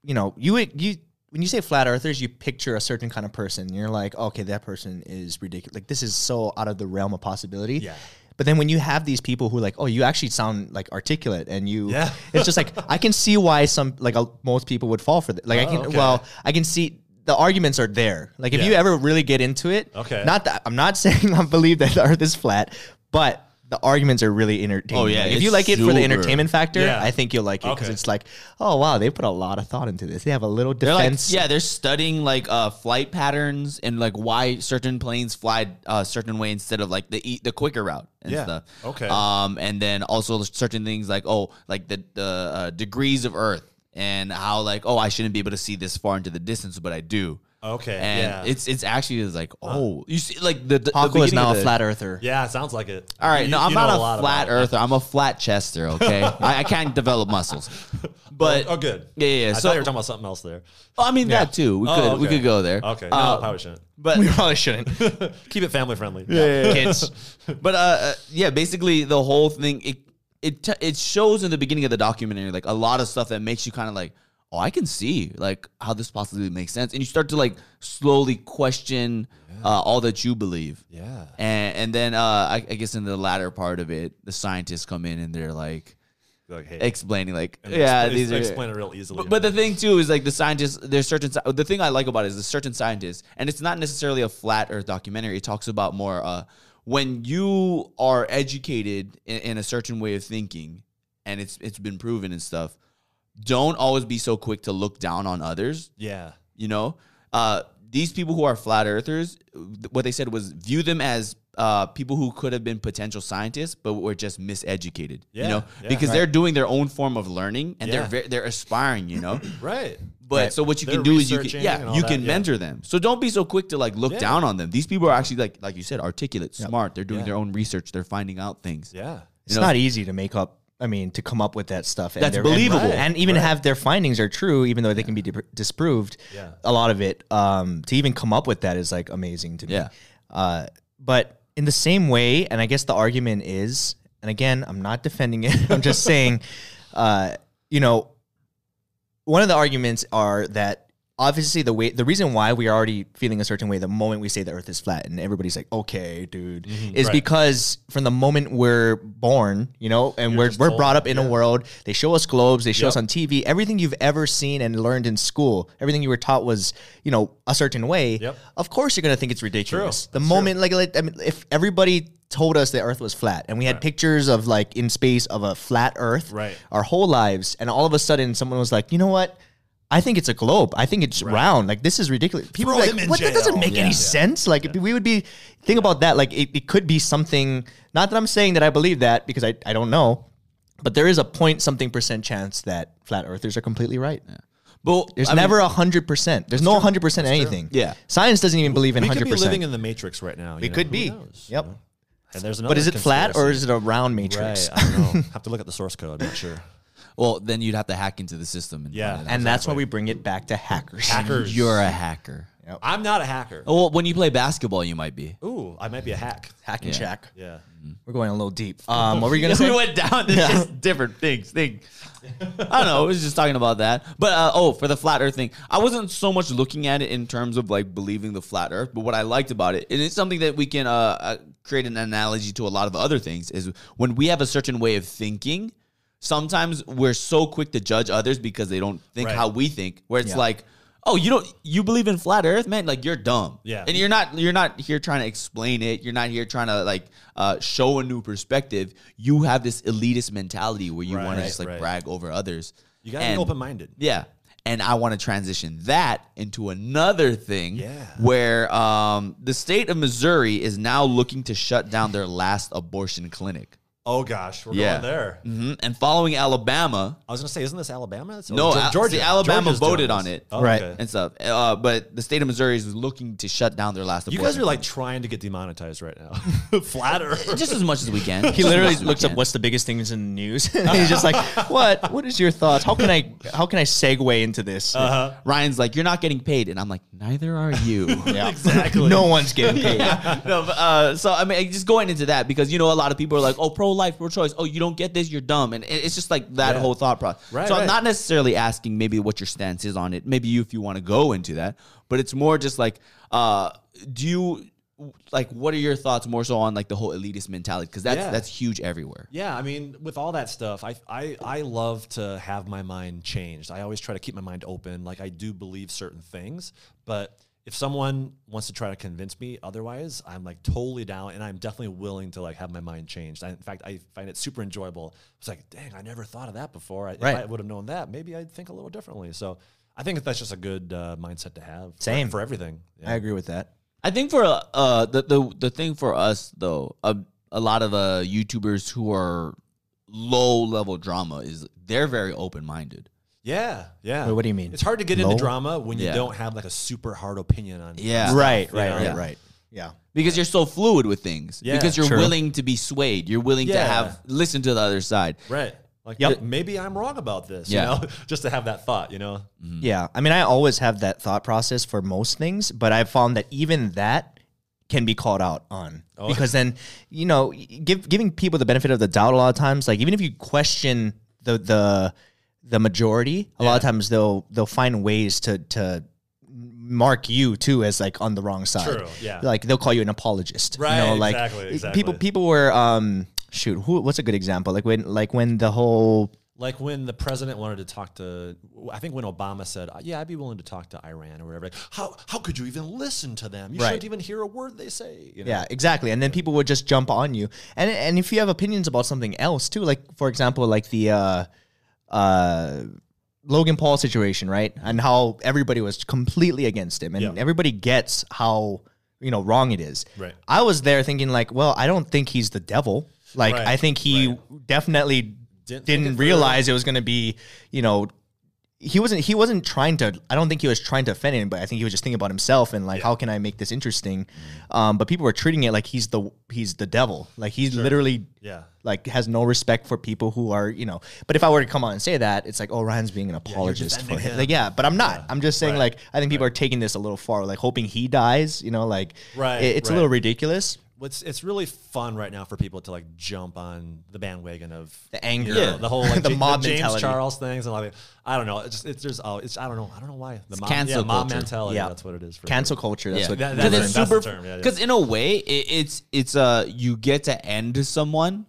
S2: you know, you you when you say flat earthers, you picture a certain kind of person. You're like, okay, that person is ridiculous. Like this is so out of the realm of possibility.
S1: Yeah.
S2: But then when you have these people who are like, oh, you actually sound like articulate, and you,
S1: Yeah.
S2: it's just like I can see why some like uh, most people would fall for that. Like I
S1: Oh,
S2: can,
S1: okay.
S2: well, I can see. The arguments are there. Like if
S1: Yeah.
S2: you ever really get into it,
S1: Okay.
S2: Not that I'm not saying I believe that the Earth is flat, but the arguments are really entertaining.
S3: Oh, yeah,
S2: Like, if
S3: it's
S2: you like it for the
S3: super.
S2: entertainment factor,
S1: Yeah.
S2: I think you'll like it because
S1: Okay.
S2: it's like, oh wow, they put a lot of thought into this. They have a little
S3: They're like,
S2: defense.
S3: yeah, they're studying like uh, flight patterns and like why certain planes fly a certain way instead of like the e- the quicker route and
S1: Yeah.
S3: stuff.
S1: Okay.
S3: Um, and then also certain things like oh, like the the uh, degrees of Earth and how like oh, I shouldn't be able to see this far into the distance, but I do.
S1: Okay,
S3: and
S1: yeah.
S3: it's it's actually is like oh you see like the, the, the
S2: Paco is
S3: beginning
S2: now a
S3: of the-
S2: flat earther.
S1: Yeah, it sounds like it.
S3: All right,
S1: You-
S3: no, I'm
S1: you know
S3: not a,
S1: lot about
S3: flat
S1: it.
S3: earther. I'm a flat chester. Okay, I, I can't develop muscles, but
S1: Oh, good.
S3: Yeah, yeah. yeah.
S1: I
S3: So
S1: thought you were talking about something else there.
S3: Oh, I mean that too. We
S1: Oh,
S3: could we
S1: okay.
S3: could go there.
S1: Okay, no,
S3: Uh,
S1: probably shouldn't.
S3: but
S2: We probably shouldn't.
S1: Keep it family friendly.
S2: Kids.
S3: but uh, uh, yeah, basically the whole thing it it t- it shows in the beginning of the documentary like a lot of stuff that makes you kind of like, oh, I can see like how this possibly makes sense, and you start to like slowly question uh, all that you believe.
S1: Yeah.
S3: And, and then uh, I, I guess in the latter part of it, the scientists come in and they're like
S1: Like, hey,
S3: explaining, like,
S1: and
S3: yeah,
S1: expl-
S3: these are
S1: explain it real easily.
S3: But, but the thing too is like the scientists. There's certain. sci- The thing I like about it is the certain scientists, and it's not necessarily a flat Earth documentary. It talks about more uh, when you are educated in, in a certain way of thinking, and it's it's been proven and stuff. Don't always be so quick to look down on others.
S1: yeah,
S3: You know, uh, these people who are flat Earthers, th- what they said was view them as. Uh, people who could have been potential scientists, but were just miseducated,
S1: Yeah,
S3: you know,
S1: yeah.
S3: because
S1: Right.
S3: they're doing their own form of learning and
S1: Yeah.
S3: they're very, they're aspiring, you know.
S1: right.
S3: But
S2: Right.
S3: so what you
S1: They're
S3: can do is you can
S1: researching and
S3: yeah
S1: all
S3: you
S1: that,
S3: can
S1: yeah.
S3: mentor them. So don't be so quick to like look
S1: Yeah.
S3: down on them. These people are actually like like you said articulate, smart. They're doing
S1: Yeah.
S3: their own research. They're finding out things.
S1: Yeah,
S2: It's
S3: know-
S2: not easy to make up. I mean, to come up with that stuff. And
S3: That's
S2: they're-
S3: believable.
S2: and, and even have their findings are true, even though they can be di- disproved.
S1: Yeah.
S2: a lot of it. Um, to even come up with that is like amazing to me.
S3: Yeah.
S2: Uh, but in the same way, and I guess the argument is, and again, I'm not defending it. I'm just saying, uh, you know, one of the arguments are that obviously the way the reason why we are already feeling a certain way the moment we say the earth is flat and everybody's like okay dude is
S1: Mm-hmm. right.
S2: because from the moment we're born you know and we're,
S1: just
S2: we're
S1: told,
S2: brought up in
S1: yeah.
S2: a world they show us globes they show us
S1: Yep.
S2: on tv everything you've ever seen and learned in school everything you were taught was you know a certain way
S1: Yep.
S2: of course you're gonna think it's ridiculous the
S1: That's true.
S2: moment like, like I mean, if everybody told us the earth was flat and we had pictures of like in space of a flat earth
S1: Right.
S2: our whole lives and all of a sudden someone was like you know what i think it's a globe i think it's round like this is ridiculous people are
S1: Throw
S2: like
S1: him in
S2: what that doesn't
S1: jail."
S2: make any
S1: Yeah.
S2: sense like we would be think about that like it, it could be something not that i'm saying that i believe that because i, I don't know but there is a point something percent chance that flat earthers are completely right
S3: But
S2: there's
S3: I mean,
S2: never a hundred percent there's no hundred percent anything
S3: Yeah.
S2: science doesn't even believe in
S1: we
S2: hundred
S1: could be living
S2: percent
S1: in the matrix right now.
S2: we could be yep
S1: And there's another.
S2: but is it flat or is it a round
S1: right?
S2: matrix
S1: I don't know. Have to look at the source code. I'm not sure.
S3: well then you'd have to hack into the system. And
S1: Yeah.
S3: find it out.
S2: and that's why we bring it back to hackers
S1: Hackers.
S3: you're a hacker.
S1: I'm not a hacker.
S3: Oh, well, when you play basketball, you might be.
S1: Ooh, I might be a hack.
S2: hack and
S3: Yeah.
S2: check
S1: Yeah.
S2: We're going a little deep. Um, what were you gonna say?
S3: we went down to just different things. Thing. I don't know. I was just talking about that. But uh, oh, for the flat Earth thing, I wasn't so much looking at it in terms of like believing the flat Earth. But what I liked about it, and it's something that we can uh, uh, create an analogy to a lot of other things, is when we have a certain way of thinking. Sometimes we're so quick to judge others because they don't think
S1: Right.
S3: how we think. Where it's
S2: Yeah.
S3: like, oh, you don't you believe in flat Earth, man? Like you're dumb.
S1: Yeah.
S3: And you're not you're not here trying to explain it. You're not here trying to like uh, show a new perspective. You have this elitist mentality where you want
S1: Right,
S3: to just like
S1: right.
S3: brag over others.
S1: You gotta
S3: And-
S1: be open minded.
S3: Yeah. And I want to transition that into another thing
S1: Yeah.
S3: where um, the state of Missouri is now looking to shut down their last abortion clinic.
S1: Oh gosh, we're
S3: Yeah.
S1: going there.
S3: hmm And following Alabama,
S1: I was gonna say, isn't this Alabama? It's
S3: No,
S1: Ge-
S3: Al- see, Alabama voted
S1: doing
S3: on
S1: this.
S3: it.
S1: Oh,
S2: Right.
S1: okay.
S3: and stuff. Uh, but the state of Missouri is looking to shut down their last.
S1: You
S3: abortion
S1: guys are like trying to get demonetized right now. Flat Earth.
S3: clinic. just as much as we can.
S2: He
S3: Just as
S2: literally
S3: much as we
S2: looks up
S3: can.
S2: what's the biggest things in the news. He's just like, "What? What is your thoughts? How can I? How can I segue into this?
S3: Ryan's like, "You're not getting paid," and I'm like, "Neither are you."
S2: Yeah. no one's getting paid.
S3: no, but, uh, so I mean, just going into that because you know a lot of people are like, "Oh, pro life, pro choice. Oh, you don't get this, you're dumb," and it- it's just like that
S1: Yeah.
S3: whole thought process.
S1: Right,
S3: so
S1: right.
S3: I'm not necessarily asking maybe what your stance is on it. Maybe you, if you want to go into that, but it's more just like, uh, do you like what are your thoughts more so on like the whole elitist mentality because that's
S1: Yeah.
S3: that's huge everywhere.
S1: Yeah, I mean, with all that stuff, I, I I love to have my mind changed. I always try to keep my mind open. Like I do believe certain things, but if someone wants to try to convince me otherwise, I'm like totally down, and I'm definitely willing to like have my mind changed. I, in fact, I find it super enjoyable. It's like, dang, I never thought of that before. I,
S2: Right.
S1: If I would have known that, maybe I'd think a little differently. So I think that's just a good uh, mindset to have. for-
S2: Same.
S1: for, everything. Yeah.
S2: I agree with that.
S3: I think for uh, uh the, the the thing for us though, a a lot of uh YouTubers who are low level drama is they're very open minded.
S1: Yeah, yeah.
S2: Wait, what do you mean?
S1: It's hard to get into
S2: Low?
S1: drama when you
S3: Yeah.
S1: don't have like a super hard opinion on.
S3: Yeah.
S2: Right, right,
S1: Yeah.
S2: right,
S1: Yeah.
S2: right. Yeah.
S3: because you're so fluid with things.
S1: Yeah,
S3: because you're
S2: true.
S3: willing to be swayed. You're willing to
S1: Yeah.
S3: have listen to the other side.
S1: Right. Like,
S2: Yep.
S1: maybe I'm wrong about this.
S3: Yeah.
S1: You know, just to have that thought. You know.
S2: Yeah. I mean, I always have that thought process for most things, but I've found that even that can be called out on
S1: Oh.
S2: because then, you know, give, giving people the benefit of the doubt a lot of times, like even if you question the, the, the majority, a lot of times they'll, they'll find ways to, to, mark you too as like on the wrong side
S1: True, yeah.
S2: like they'll call you an apologist
S1: Right,
S2: you know like
S1: exactly,
S2: it-
S1: exactly.
S2: people people were um shoot who what's a good example like when like when the whole
S1: Like when the president wanted to talk to, I think when Obama said, "Uh, "Yeah, I'd be willing to talk to Iran or whatever." Like, how how could you even listen to them? You shouldn't
S2: Right.
S1: even hear a word they say. You know?
S2: Yeah, exactly. And then people would just jump on you. And and if you have opinions about something else too, like for example, like the uh uh Logan Paul situation, right? And how everybody was completely against him and
S1: Yeah.
S2: everybody gets how you know wrong it is.
S1: Right.
S2: I was there thinking like, well, I don't think he's the devil. Like
S1: Right,
S2: I think he definitely
S1: think
S2: didn't,
S1: it through.
S2: realize it was going to be, you know, he wasn't he wasn't trying to i don't think he was trying to offend anybody i think he was just thinking about himself and like how can i make this interesting um, but people were treating it like he's the he's the devil like he's literally
S1: Yeah.
S2: like has no respect for people who are you know but if i were to come on and say that it's like oh ryan's being an apologist for
S1: defending
S2: him.
S1: him.
S2: like yeah but i'm not i'm just saying
S1: Right.
S2: like i think people are taking this a little far like hoping he dies you know like
S1: Right,
S2: it- it's
S1: right.
S2: a little ridiculous
S1: It's it's really fun right now for people to like jump on the bandwagon of
S2: the anger
S1: Yeah, the whole like
S2: the
S1: Ja-
S2: mob
S1: James
S2: mentality
S1: Charles things and like I don't know. It's just it's there's oh it's I don't know I don't know why the mob,
S3: cancel
S1: yeah, mob
S3: culture.
S1: mentality.
S2: Yeah.
S1: That's what it is. For
S2: cancel culture that's
S3: Yeah.
S2: what
S1: That-
S3: Because
S1: that's
S3: it's
S1: the
S3: super.
S1: term, yeah, yeah.
S3: Because in a way, it, it's it's uh you get to end someone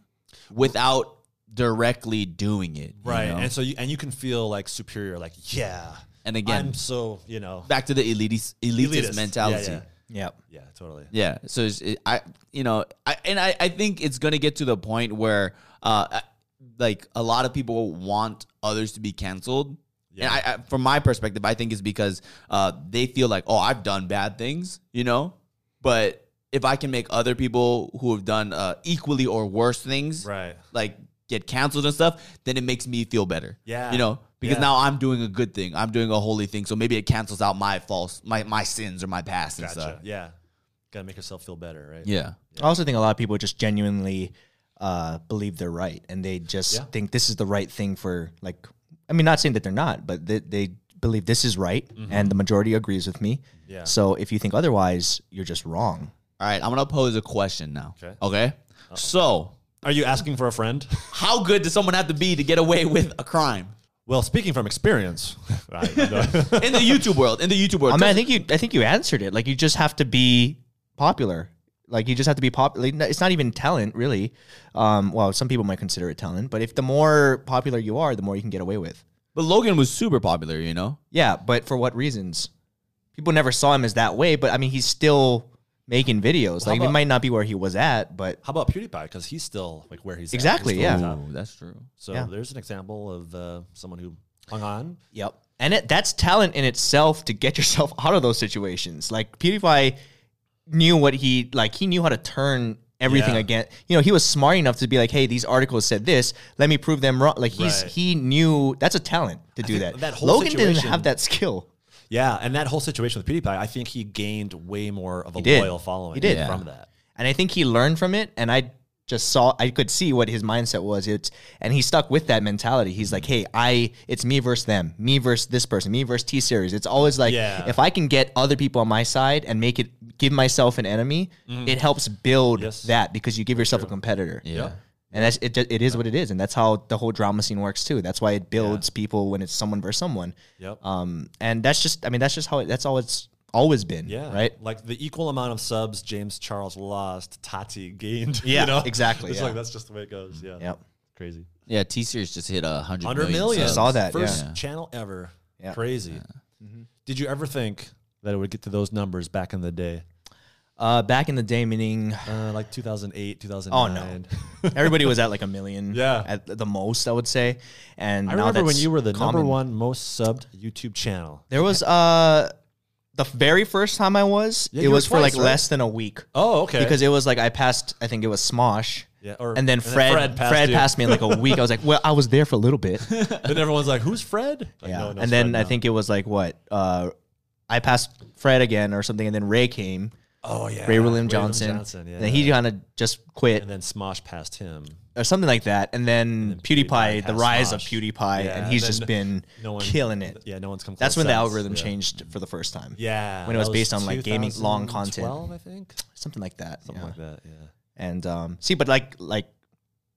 S3: without directly doing it. you
S1: right?
S3: know?
S1: And so you, and you can feel like superior, like yeah.
S3: And again-
S1: I'm so you know
S3: Back to the elitist elitist,
S1: elitist.
S3: mentality.
S1: Yeah,
S2: yeah
S1: yeah. yeah totally.
S3: Yeah. So it's, it, I, you know, I and I, I think it's gonna get to the point where, uh, I- like a lot of people want others to be canceled.
S1: Yeah.
S3: And I, I, from my perspective, I think it's because uh, they feel like, oh, I've done bad things, you know, but if I can make other people who have done uh, equally or worse things,
S1: Right.
S3: like get canceled and stuff, then it makes me feel better.
S1: Yeah.
S3: You know, because
S1: Yeah.
S3: now I'm doing a good thing. I'm doing a holy thing. So maybe it cancels out my false, my, my sins or my past and
S1: Gotcha.
S2: uh,
S3: stuff.
S1: Yeah. Gotta make yourself feel better, right?
S3: Yeah.
S2: I also think a lot of people just genuinely uh, believe they're right, and they just
S1: Yeah.
S2: think this is the right thing for like. I mean, not saying that they're not, but they, they believe this is right, and the majority agrees with me.
S1: Mm-hmm. Yeah.
S2: So if you think otherwise, you're just wrong.
S3: All right, I'm gonna pose a question now.
S1: Okay.
S3: Okay. So,
S1: Are you asking for a friend?
S3: how good does someone have to be to get away with a crime
S1: well, speaking from experience, I know.
S3: in the YouTube world? In the YouTube world,
S2: I mean, I think you, I think you answered it. Like you just have to be popular. Like you just have to be popular. It's not even talent, really. Um, well, some people might consider it talent, but if the more popular you are, the more you can get away with.
S3: but Logan was super popular, you know.
S2: Yeah, but for what reasons? People never saw him as that way, but I mean, he's still making videos. Like,
S1: about-
S2: it might not be where he was at, but
S1: how about PewDiePie? Because he's still like where he's at. He's
S2: Exactly,
S1: still
S2: yeah.
S1: on top.
S3: that's true.
S1: So
S2: Yeah.
S1: there's an example of uh, someone who hung on.
S2: yep. And it, that's talent in itself to get yourself out of those situations. Like PewDiePie knew what he like. He knew how to turn everything
S1: Yeah.
S2: again. You know, he was smart enough to be like, "Hey, these articles said this. Let me prove them wrong." Like he's
S1: Right.
S2: he knew that's a talent to do
S1: think
S2: that.
S1: that whole
S2: Logan didn't
S1: situation-
S2: have that skill.
S1: Yeah, and that whole situation with PewDiePie, I think he gained way more of a
S2: did.
S1: loyal following
S2: He did.
S1: from that.
S2: and I think he learned from it. And I just saw, I could see what his mindset was. It's and he stuck with that mentality. He's like, hey, I, it's me versus them, me versus this person, me versus T series. It's always like,
S1: Yeah.
S2: if I can get other people on my side and make it, give myself an enemy, it helps build
S1: Mm-hmm. Yes.
S2: that because you give yourself a competitor.
S3: Yeah.
S2: And that's it. ju- It is what it is, and that's how the whole drama scene works too. That's why it builds people when it's someone versus someone.
S1: Yep.
S2: Um, and that's just, I mean, that's just how it, that's all it's always been.
S1: yeah.
S2: Right.
S1: Like the equal amount of subs James Charles lost, Tati gained.
S2: Yeah,
S1: You know?
S2: exactly,
S1: It's
S2: yeah.
S1: like that's just the way it goes. Yeah.
S2: Yep.
S1: Crazy.
S3: Yeah, T Series just hit a hundred
S1: 100
S3: million.
S1: million.
S3: subs.
S2: saw that,
S1: First
S2: yeah.
S1: channel ever.
S2: Yeah. Mm-hmm.
S1: Crazy. Did you ever think that it would get to those numbers back in the day?
S2: Uh, back in the day, meaning
S1: Uh, like 2008,
S2: Oh
S1: 2009.
S2: no! Everybody was at like a million,
S1: Yeah.
S2: at the most, I would say. And
S1: I
S2: now
S1: remember when
S2: that's
S1: you were the number
S2: common.
S1: one most subbed YouTube channel.
S2: There was uh, the very first time I was,
S1: Yeah,
S2: it
S1: you
S2: was
S1: were
S2: for like
S1: twice, right?
S2: less than a week
S1: Oh, okay.
S2: because it was like I passed. I think it was Smosh,
S1: Yeah, or-
S2: and then
S1: and then
S2: Fred
S1: Fred
S2: Fred
S1: passed
S2: passed,
S1: you.
S2: me in like a week. I was like, well, I was there for a little bit.
S1: Then everyone's like, "Who's Fred?" Like,
S2: Yeah.
S1: no one knows
S2: and then
S1: Fred
S2: I
S1: now.
S2: think it was like what uh, I passed Fred again or something, and then Ray came.
S1: oh yeah,
S2: Ray William Johnson.
S1: yeah.
S2: And then he kind of just quit
S1: and then Smosh passed him.
S2: or something like that. And then, PewDiePie,
S1: PewDiePie
S2: the
S1: has
S2: rise
S1: Smosh.
S2: of PewDiePie,
S1: Yeah,
S2: and he's
S1: then
S2: just been
S1: no one-
S2: killing it.
S1: Yeah, no one's come.
S2: That's
S1: close
S2: when the
S1: since.
S2: algorithm
S1: Yeah.
S2: changed for the first time.
S1: Yeah,
S2: When it
S1: that
S2: was based on, like, gaming- long content.
S1: 2012, I think
S2: Something like that.
S1: something
S2: yeah.
S1: like that. Yeah.
S2: And um, see, but like like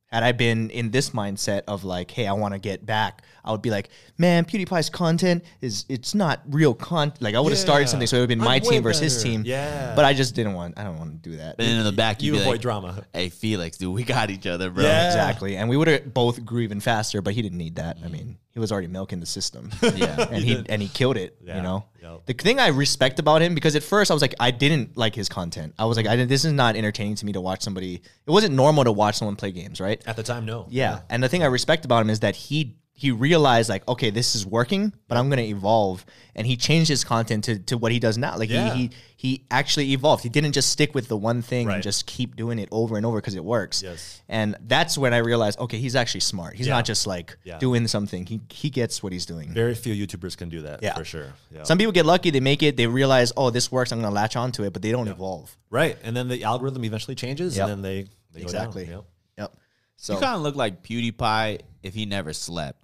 S2: had I been in this mindset of like, hey, I want to get back, I would be like, man, PewDiePie's content is it's not real content. Like I would have started
S1: Yeah.
S2: something, so it would have been
S1: I'm
S2: my
S1: way
S2: team versus his
S1: better.
S2: team.
S1: Yeah.
S2: But I just didn't want. I don't want to do that.
S3: And then in the back,
S1: You
S3: you'd be
S1: avoid
S3: like,
S1: drama.
S3: Hey, Felix, dude, we got each other, bro.
S1: Yeah.
S2: Exactly. And we would have both grew even faster, but he didn't need that. I mean, he was already milking the system.
S3: Yeah.
S2: and he and he killed it.
S1: Yeah.
S2: You know,
S1: Yep.
S2: the thing I respect about him because at first I was like, I didn't like his content. I was like, I didn't. This is not entertaining to me to watch somebody. It wasn't normal to watch someone play games, right?
S1: At the time, no.
S2: Yeah. And the thing I respect about him is that he he realized like, okay, this is working, but I'm gonna evolve. And he changed his content to, to what he does now. Like
S1: Yeah.
S2: he, he he actually evolved. He didn't just stick with the one thing
S1: Right.
S2: and just keep doing it over and over because it works.
S1: Yes.
S2: And that's when I realized, okay, he's actually smart. He's
S1: Yeah.
S2: not just like
S1: Yeah.
S2: doing something. He he gets what he's doing.
S1: Very few YouTubers can do that
S2: Yeah.
S1: for sure. Yeah.
S2: Some people get lucky, they make it, they realize, oh, this works, I'm gonna latch onto it, but they don't evolve.
S1: right. And then the algorithm eventually changes
S2: Yep.
S1: and then they, they go down.
S2: Exactly.
S1: Yep.
S2: Yep.
S3: You
S2: So
S3: kind of look like PewDiePie if he never slept.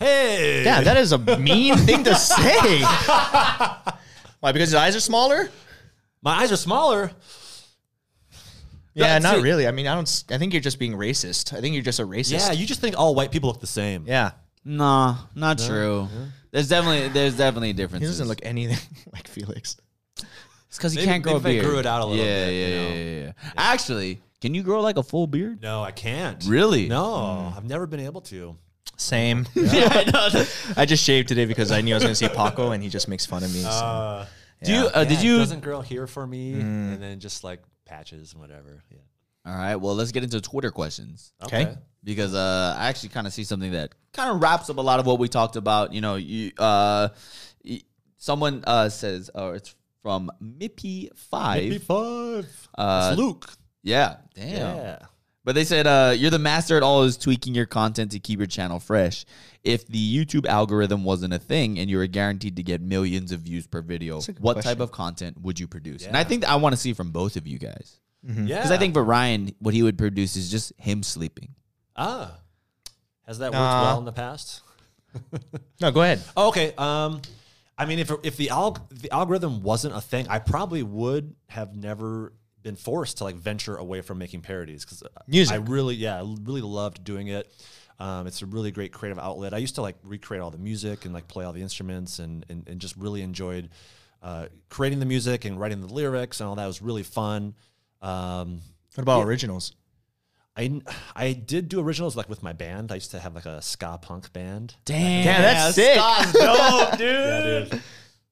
S1: Hey.
S2: Yeah, that is a mean thing to say. Why? Because his eyes are smaller?
S1: My eyes are smaller.
S2: Yeah,
S1: That's
S2: not
S1: it.
S2: really. I mean, I don't. s- I think you're just being racist. I think you're just a racist.
S1: Yeah, you just think all white people look the same.
S2: yeah.
S3: Nah, not true. There's definitely there's definitely
S2: He
S3: differences.
S2: doesn't look anything like Felix.
S3: It's because he
S1: Maybe-
S3: can't grow a
S1: maybe if
S3: beard.
S1: I grew it out a little
S3: yeah,
S1: bit,
S3: Yeah,
S1: you know.
S3: yeah, yeah, yeah. Actually, can you grow like a full beard?
S1: No, I can't.
S3: Really?
S1: No,
S2: Hmm.
S1: I've never been able to.
S2: Same.
S3: Yeah, I know.
S2: I just shaved today because I knew I was going to see Paco, and he just makes fun of me. so-
S1: Uh,
S3: Do you? Uh,
S1: yeah,
S3: did
S1: it
S3: you?
S1: doesn't grow here for me,
S2: Hmm.
S1: and then just like patches and whatever. Yeah.
S3: All right. Well, let's get into Twitter questions.
S2: Okay.
S3: because uh, I actually kind of see something that kind of wraps up a lot of what we talked about. You know, you uh, y- someone uh, says, or it's from Mippy
S1: Maybe
S3: Five.
S1: five.
S3: Uh,
S1: it's Luke.
S3: yeah, damn.
S1: Yeah.
S3: But they said uh, you're the master at always tweaking your content to keep your channel fresh. If the YouTube algorithm wasn't a thing and you were guaranteed to get millions of views per video,
S2: a good
S3: what
S2: question.
S3: type of content would you produce? And I think that I want to see from both of you guys
S2: Mm-hmm.
S1: Yeah.
S3: because I think for Ryan, what he would produce is just him sleeping.
S1: ah, has that worked
S2: Nah.
S1: well in the past?
S2: No, go ahead.
S1: Oh, okay. Um, I mean, if if the alg- the algorithm wasn't a thing, I probably would have never been forced to like venture away from making parodies because
S2: Music.
S1: I really, yeah, I really loved doing it. Um, it's a really great creative outlet. I used to like recreate all the music and like play all the instruments and and, and just really enjoyed uh, creating the music and writing the lyrics and all that It was really fun. Um,
S2: What about originals?
S1: I I did do originals like with my band. I used to have like a ska punk band.
S3: Damn,
S2: Damn, that's sick.
S3: dope, dude.
S1: Yeah, dude.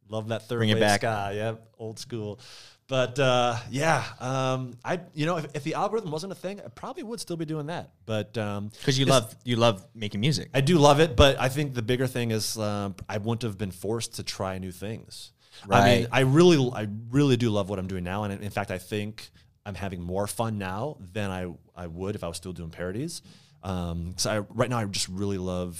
S1: Love that third
S2: Bring it
S1: wave
S2: back.
S1: sky. Yeah, old school. But uh, yeah, um, I you know if, if the algorithm wasn't a thing, I probably would still be doing that. But um,
S2: Because you love you love making music.
S1: I do love it, but I think the bigger thing is um, I wouldn't have been forced to try new things. I mean,
S2: Right.
S1: I really, I really do love what I'm doing now, and in fact, I think I'm having more fun now than I I would if I was still doing parodies. Um, so I, right now, I just really love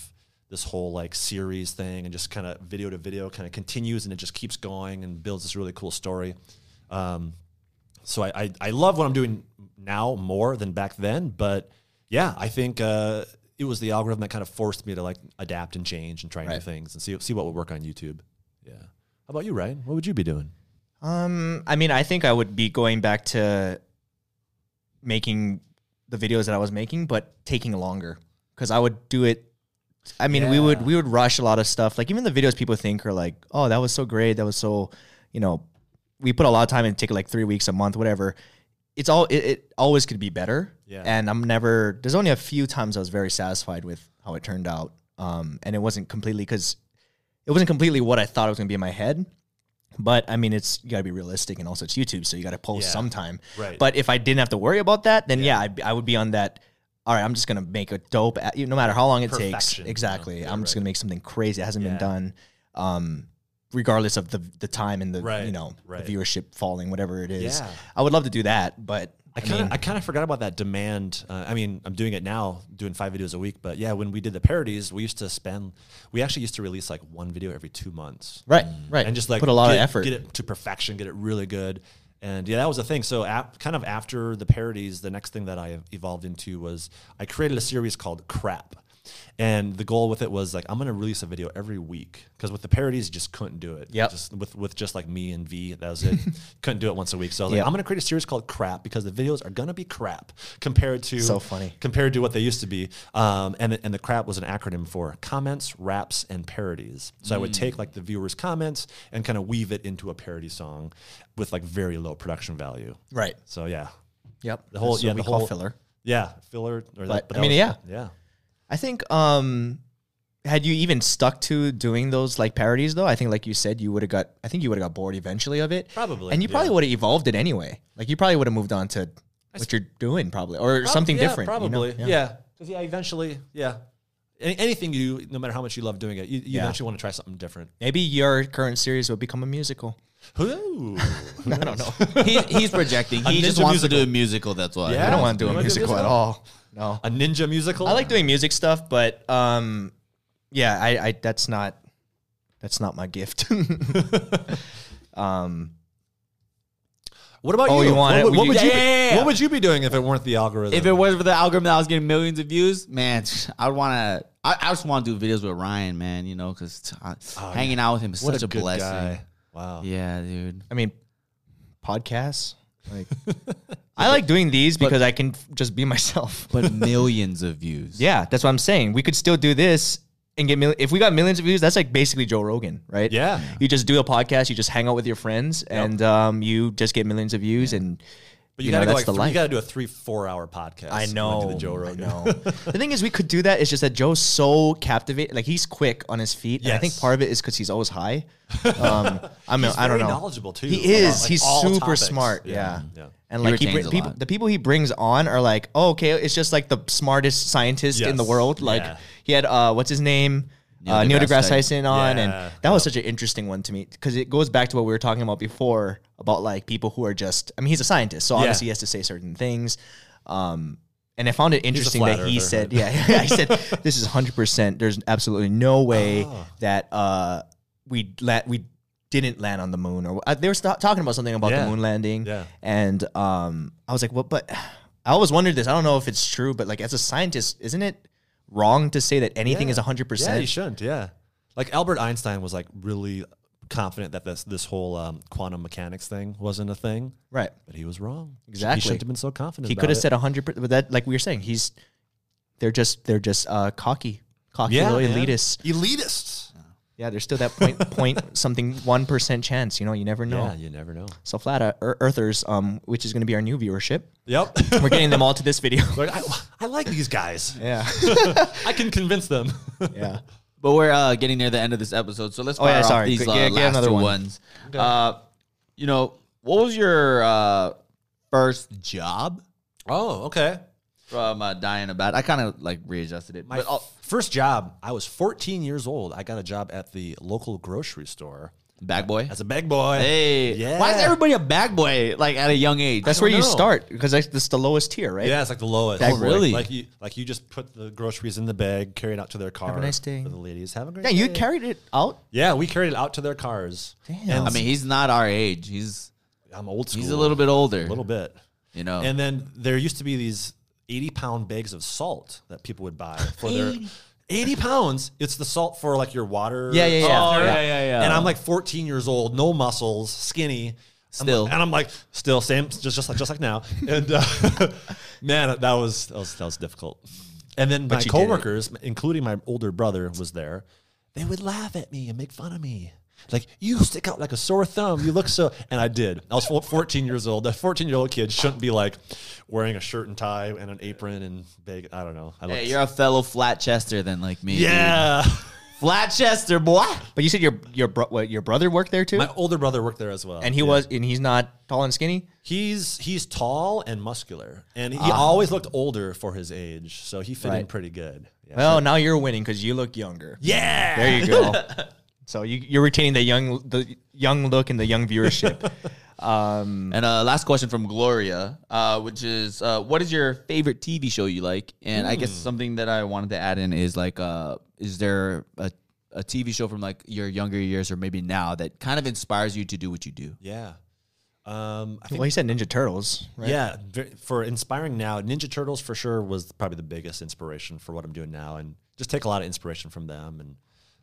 S1: this whole like series thing, and just kind of video to video, kind of continues, and it just keeps going and builds this really cool story. Um, so I, I I love what I'm doing now more than back then. But yeah, I think uh, it was the algorithm that kind of forced me to like adapt and change and try new
S2: Right.
S1: things and see see what would work on YouTube. Yeah. How about you, Ryan? What would you be doing?
S2: Um, I mean, I think I would be going back to making the videos that I was making, but taking longer because I would do it. I mean, we would we would rush a lot of stuff. Like even the videos people think are like, oh, that was so great, that was so, you know, we put a lot of time and take like three weeks, a month, whatever. It's all it, it always could be better.
S1: Yeah.
S2: And I'm never. There's only a few times I was very satisfied with how it turned out. Um, and it wasn't completely because it wasn't completely what I thought it was gonna be in my head. But I mean, it's you gotta be realistic, and also it's YouTube, so you gotta post
S1: Yeah.
S2: sometime.
S1: Right.
S2: But if I didn't have to worry about that, then yeah, I'd, I would be on that. All right, I'm just gonna make a dope, a- no matter how long it takes.
S1: Perfection, you know?
S2: Exactly,
S1: Yeah,
S2: I'm just
S1: right.
S2: gonna make something crazy. It hasn't
S1: Yeah.
S2: been done, um, regardless of the the time and the
S1: Right,
S2: you know
S1: right.
S2: the viewership falling, whatever it is.
S1: Yeah.
S2: I would love to do that, but
S1: I kind of I kind of forgot about that demand. Uh, I mean, I'm doing it now, doing five videos a week. But yeah, when we did the parodies, we used to spend. We actually used to release like one video every two months,
S2: Right, right.
S1: And just like
S2: put a lot
S1: get-
S2: of effort.
S1: get it to perfection, get it really good. And yeah, that was the thing. So ap- kind of after the parodies, the next thing that I evolved into was I created a series called Crap. And the goal with it was like I'm gonna release a video every week because with the parodies you just couldn't do it.
S2: Yep.
S1: Just with with just like me and V, that was it. couldn't do it once a week. So I was
S2: Yep.
S1: like, I'm gonna create a series called Crap because the videos are gonna be crap compared to
S2: So funny.
S1: compared to what they used to be. Um, and, and the crap was an acronym for comments, raps, and parodies. So
S2: Mm.
S1: I would take like the viewers' comments and kind of weave it into a parody song with like very low production value.
S2: right.
S1: So yeah,
S2: Yep.
S1: the whole
S2: That's what
S1: yeah
S2: we
S1: the
S2: call
S1: whole
S2: filler.
S1: Yeah, filler. Or
S2: But,
S1: that
S2: I mean, yeah.
S1: yeah.
S2: I think um had you even stuck to doing those like parodies though, I think like you said you would have got I think you would have got bored eventually of it.
S1: Probably,
S2: And you probably
S1: yeah.
S2: would have evolved it anyway. Like you probably would have moved on to what you're doing probably or something
S1: Prob- yeah,
S2: different. you know?
S1: Probably, yeah. Because yeah. eventually, yeah. Any, anything you, do, no matter how much you love doing it, you, you
S2: Yeah.
S1: eventually want to try something different.
S2: Maybe your current series will become a musical.
S1: Ooh.
S2: I don't know.
S3: he's, he's projecting. He just
S1: ninja
S3: wants to do a musical. That's why.
S1: Yeah.
S2: I don't want to
S1: You
S2: do a
S1: wanna do a
S2: musical at
S1: musical?
S2: all. No.
S1: a ninja musical.
S2: I like doing music stuff, but um yeah, I, I that's not that's not my gift. um
S1: What about
S2: Oh,
S1: you?
S2: you want
S1: what,
S2: it-
S1: would- what
S2: you-
S1: would you?
S3: Yeah, yeah, yeah.
S1: What would you be doing if it weren't the algorithm?
S3: If it was for the algorithm that I was getting millions of views, man, I would want to. I, I just want to do videos with Ryan, man. You know, because hanging out with him is
S1: what
S3: such Oh, a,
S1: good
S3: blessing.
S1: guy. Wow.
S3: Yeah, dude.
S2: I mean, podcasts. Like, I like doing these because I can f- just be myself.
S3: But millions of views.
S2: Yeah, that's what I'm saying. We could still do this and get mil- if we got millions of views. That's like basically Joe Rogan, right?
S1: Yeah.
S2: You just do a podcast. You just hang out with your friends, and um, you just get millions of views. And
S1: But
S2: you
S1: you,
S2: know,
S1: gotta go
S2: that's
S1: like
S2: the
S1: three-
S2: life.
S1: you gotta do a three four hour podcast.
S2: I
S1: when you
S2: know.
S1: do the Joe Rogan.
S2: I know. the thing is, we could do that. It's just that Joe's so captivating. Like he's quick on his feet. And I think
S1: Yes.
S2: part of it is because he's always high. Um, I'm.
S1: He's
S2: I don't
S1: very
S2: know.
S1: knowledgeable, too,
S2: He
S1: about,
S2: is.
S1: like,
S2: he's
S1: all
S2: super
S1: topics.
S2: smart. Yeah.
S1: Yeah. Yeah.
S2: And
S3: He
S2: like he
S3: retains
S2: br-
S3: a
S2: people,
S3: lot.
S2: the people he brings on are like, oh, okay, it's just like the smartest scientist in the
S1: Yes.
S2: world. Like
S1: Yeah.
S2: he had uh, what's his name. Neil,
S3: Neil
S2: uh, Neil
S3: deGrasse
S2: deGrasse
S3: Tyson.
S2: Tyson on,
S1: Yeah.
S2: and that was such an interesting one to me because it goes back to what we were talking about before about like people who are just. I mean, he's a scientist, so obviously he has to say certain things. Um, and I found it interesting
S1: flat
S2: that he
S1: earther,
S2: said,
S1: right?
S2: "Yeah, yeah." I said this is hundred percent. There's absolutely no way
S1: Oh.
S2: that uh, we let we didn't land on the moon, or uh, they were st- talking about something about
S1: Yeah.
S2: the moon landing.
S1: Yeah.
S2: And um, I was like, "What?" But I always wondered this. I don't know if it's true, but like as a scientist, isn't it wrong to say that anything is hundred
S1: Yeah, you
S2: percent?
S1: shouldn't. Yeah. Like Albert Einstein was like really confident that this this whole um, quantum mechanics thing wasn't a thing,
S2: Right.
S1: but he was wrong. He sh-
S2: Exactly.
S1: He shouldn't have been so confident.
S2: He
S1: about
S2: could have
S1: it.
S2: said hundred percent, but that, like we were saying, he's they're just they're just uh, cocky, cocky
S1: Yeah,
S2: little
S1: man.
S2: elitists.
S1: elitists.
S2: Yeah, there's still that point point something one percent chance. You know, you never know.
S1: Yeah, you never know.
S2: So flat uh, ear- earthers, um, which is going to be our new viewership.
S1: Yep.
S2: We're getting them all to this video.
S1: Like, I, I like these guys.
S2: yeah,
S1: I can convince them.
S2: yeah.
S3: But we're uh, getting near the end of this episode, so let's
S2: Oh,
S3: fire
S2: yeah,
S3: off
S2: sorry.
S3: these
S2: Get-
S3: uh,
S2: get- get
S3: last
S2: another
S3: two
S2: one.
S3: ones. Uh, you know, what was your uh, first job
S1: oh, okay.
S3: from uh, Dying About? I kind of like readjusted it.
S1: My
S3: but, oh,
S1: f- first job, I was 14 years old. I got a job at the local grocery store
S3: bag boy.
S1: as a bag boy.
S3: Hey,
S1: Yeah.
S3: why is everybody a bag boy like at a young age?
S2: That's
S1: don't
S2: where you
S1: know.
S2: start because that's, that's the lowest tier, right?
S1: Yeah, it's like the lowest.
S2: Bag Oh, boy. really?
S1: Like you, like you just put the groceries in the bag, carry it out to their car.
S2: a nice day.
S1: For the ladies, have a great
S2: Yeah,
S1: day.
S2: you carried it out.
S1: Yeah, we carried it out to their cars.
S2: Damn.
S3: I mean, he's not our age. He's
S1: I'm old school.
S3: he's a little bit older.
S1: a little bit.
S3: you know.
S1: And then there used to be these 80 pound bags of salt that people would buy for their. 80 pounds. It's the salt for like your water.
S2: Yeah, yeah, yeah.
S1: softener.
S2: Oh,
S3: yeah, yeah, yeah.
S1: And I'm like 14 years old, no muscles, skinny. I'm
S3: Still.
S1: like- and I'm like, still same, just just like just like now. And uh, man, that was that was that was difficult. And then my
S2: you did it.
S1: coworkers, including my older brother, was there. They would laugh at me and make fun of me. Like you stick out like a sore thumb. You look so, and I did. I was 14 years old. A 14 year old kid shouldn't be like wearing a shirt and tie and an apron and big. I don't know. I
S3: hey,
S1: looked-
S3: you're a fellow flat chester then, like me.
S1: yeah.
S3: dude. flat chester boy.
S2: But you said your your bro- what, your brother worked there too,
S1: My older brother worked there as well,
S2: and he was and he's not tall and skinny.
S1: He's he's tall and muscular, and he always looked older for his age, so he fit in
S2: Ah. Right.
S1: pretty good. Yeah.
S2: Well, now you're winning because you look younger.
S1: yeah.
S2: There you go. so you, you're retaining the young the young look and the young viewership. Um,
S3: And uh, last question from Gloria, uh, which is, uh, what is your favorite TV show you like? And I guess
S1: Hmm.
S3: something that I wanted to add in is like, uh, is there a, a TV show from like your younger years or maybe now that kind of inspires you to do what you do?
S1: Yeah. Um, I think
S2: well, he said Ninja Turtles, right?
S1: Yeah, ve- for inspiring now, Ninja Turtles for sure was probably the biggest inspiration for what I'm doing now, and just take a lot of inspiration from them. And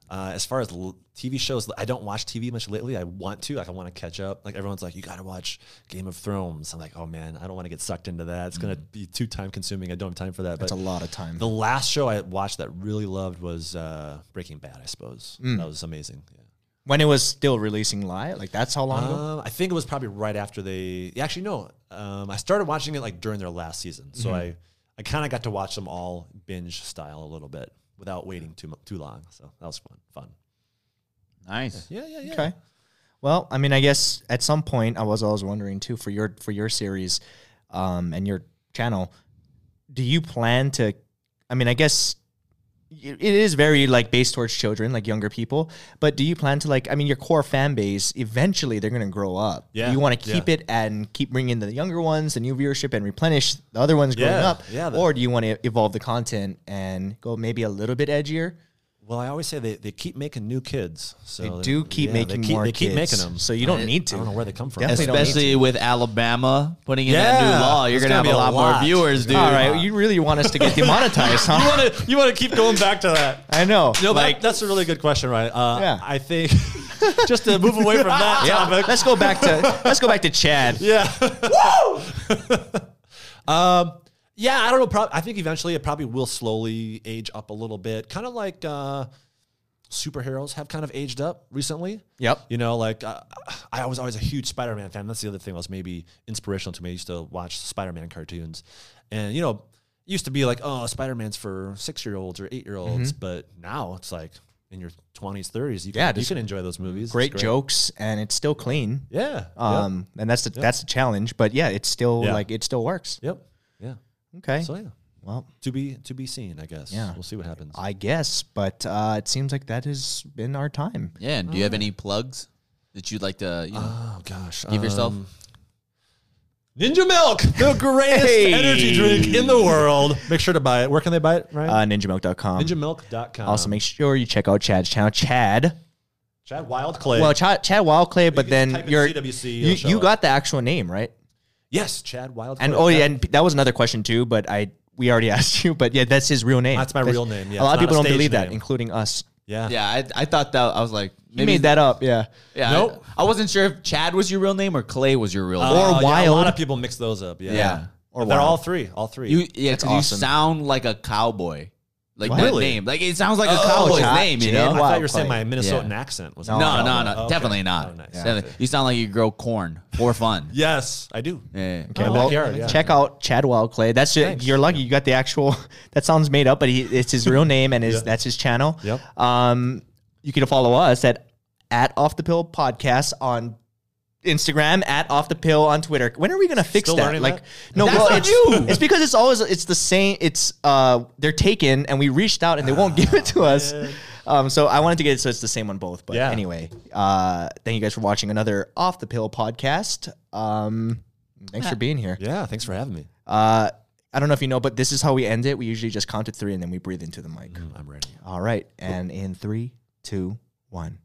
S1: uh, as far as l- TV shows, I don't watch TV much lately. I want to, like, I want to catch up. Like everyone's like, you got to watch Game of Thrones. I'm like, oh man, I don't want to get sucked into that. It's gonna be too time consuming. I don't have time for that.
S2: Mm. That's a
S1: but
S2: lot of time.
S1: the last show I watched that really loved was uh, Breaking Bad. I suppose
S2: Mm.
S1: that was amazing. Yeah.
S2: when it was still releasing live, like that's how long ago?
S1: Um, I think it was probably right after they. yeah, Actually, no. Um, I started watching it like during their last season, so
S2: Mm-hmm.
S1: I, I kind of got to watch them all binge style a little bit without waiting too mu- too long. So that was fun. Fun.
S3: Nice.
S1: Yeah, yeah, yeah.
S2: Okay. Well, I mean, I guess at some point I was always wondering too for your for your series, um, and your channel, do you plan to? I mean, I guess it it is very like based towards children, like younger people. But do you plan to like? I mean, your core fan base eventually they're going to grow up.
S1: Yeah,
S2: You want to keep
S1: yeah.
S2: it and keep bringing the younger ones, the new viewership, and replenish the other ones growing
S1: Yeah,
S2: up.
S1: yeah, that-
S2: Or do you want to evolve the content and go maybe a little bit edgier?
S1: Well, I always say they, they keep making new kids. So
S2: They do keep
S1: yeah,
S2: making
S1: they keep,
S2: more
S1: They keep
S2: kids,
S1: making them.
S2: so you don't need to.
S1: I don't know where they come from.
S2: Definitely don't need
S1: Especially-
S3: Especially with Alabama putting in that
S1: Yeah,
S3: new law, you're
S1: it's
S3: going to have
S1: gonna
S3: a
S1: be a
S3: lot,
S1: lot.
S3: more viewers, dude.
S2: All right, you really want us to get demonetized, huh?
S1: you want to keep going back to that.
S2: I know.
S1: No, like, that's a really good question, right? Uh,
S2: Yeah.
S1: I think just to move away from that topic.
S2: Let's go back to let's go back to Chad.
S1: Yeah. um, yeah, I don't know. Prob- I think eventually it probably will slowly age up a little bit, kind of like uh, superheroes have kind of aged up recently.
S2: Yep.
S1: You know, like uh, I was always a huge Spider-Man fan. That's the other thing that was maybe inspirational to me. I used to watch Spider-Man cartoons, and you know, it used to be like, oh, Spider-Man's for six-year-olds or eight-year-olds, but now it's like in your twenties, thirties, you can,
S2: Mm-hmm. Yeah,
S1: you
S2: just
S1: can enjoy those movies. It's
S2: Great, jokes, and it's still clean.
S1: Yeah.
S2: Um, and that's the that's the challenge. But yeah, it's still
S1: Yeah.
S2: like it still works.
S1: Yep. yep.
S2: Okay.
S1: Yeah. So yeah.
S2: well,
S1: to be to be seen, I guess.
S2: Yeah.
S1: we'll see what happens.
S2: I guess, but uh, it seems like that has been our time.
S3: Yeah. And do you have any plugs that you'd like to, you know,
S1: oh gosh,
S3: give yourself?
S1: um, Ninja Milk, the greatest
S2: Hey.
S1: energy drink in the world. Make sure to buy it. Where can they buy it? Right,
S2: Uh, NinjaMilk.com.
S1: NinjaMilk.com.
S2: also, make sure you check out Chad's channel, Chad.
S1: Chad Wild Clay.
S2: Well, Chad, Chad Wildclay, but
S1: can
S2: then
S1: type in
S2: you're
S1: CWC,
S2: you,
S1: it'll show
S2: you
S1: up.
S2: got the actual name right.
S1: yes, Chad Wild.
S2: And
S1: Clay.
S2: oh
S1: That-
S2: yeah, and p- that was another question too, but I we already asked you, but yeah, that's his real name.
S1: That's my real name, yeah.
S2: a lot
S1: It's
S2: of
S1: not
S2: people
S1: a
S2: don't
S1: stage
S2: believe that,
S1: name.
S2: including us.
S1: yeah,
S3: Yeah. I, I thought that, I was like,
S2: He made that up, yeah.
S3: Yeah.
S1: Nope.
S3: I, I wasn't sure if Chad was your real name or Clay was your real name.
S1: Uh, Yeah, a
S2: Wild.
S1: lot of people mix those up. Yeah,
S3: Yeah.
S1: Or
S2: Or
S1: they're
S2: Wild.
S1: all three. All three.
S3: You yeah, 'cause
S2: awesome.
S3: you sound like a cowboy. Like
S1: What?
S3: that
S1: Really?
S3: name. Like it sounds like a
S2: Oh,
S3: cowboy's
S2: Chad-
S3: name, you
S1: I
S2: Chad
S3: know?
S1: thought
S2: Wild
S1: you were saying my
S2: Clay.
S1: Minnesotan
S3: Yeah.
S1: accent was.
S2: No,
S3: No, Oh, no, no,
S1: Okay.
S3: definitely not.
S1: Oh, nice.
S3: Definitely- You sound like you grow corn for fun.
S1: Yes, I do.
S3: yeah.
S2: Okay,
S1: Oh,
S2: well,
S1: backyard, yeah.
S2: check out Chad Wildclay. That's it.
S1: Thanks.
S2: You're lucky you got the actual. That sounds made up, but he, it's his real name and his
S1: Yeah.
S2: that's his channel.
S1: Yep.
S2: Um, you can follow us at at Off the Pill Podcast on Instagram, at Off the Pill on Twitter. When are we gonna fix
S1: Still
S2: that?
S1: learning
S2: Like,
S1: that?
S2: no,
S3: That's
S2: well,
S3: on
S2: it's
S3: you.
S2: it's because it's always it's the same. It's uh, they're taken and we reached out and they won't give it to us. Um, so I wanted to get it so it's the same on both. But
S1: Ah, Yeah.
S2: anyway, uh, thank you guys for watching another Off the Pill Podcast. Um. Thanks for being here.
S1: Yeah, thanks for having me.
S2: Uh, I don't know if you know, but this is how we end it. We usually just count to three and then we breathe into the mic.
S1: I'm ready.
S2: All right. And in three, two, one.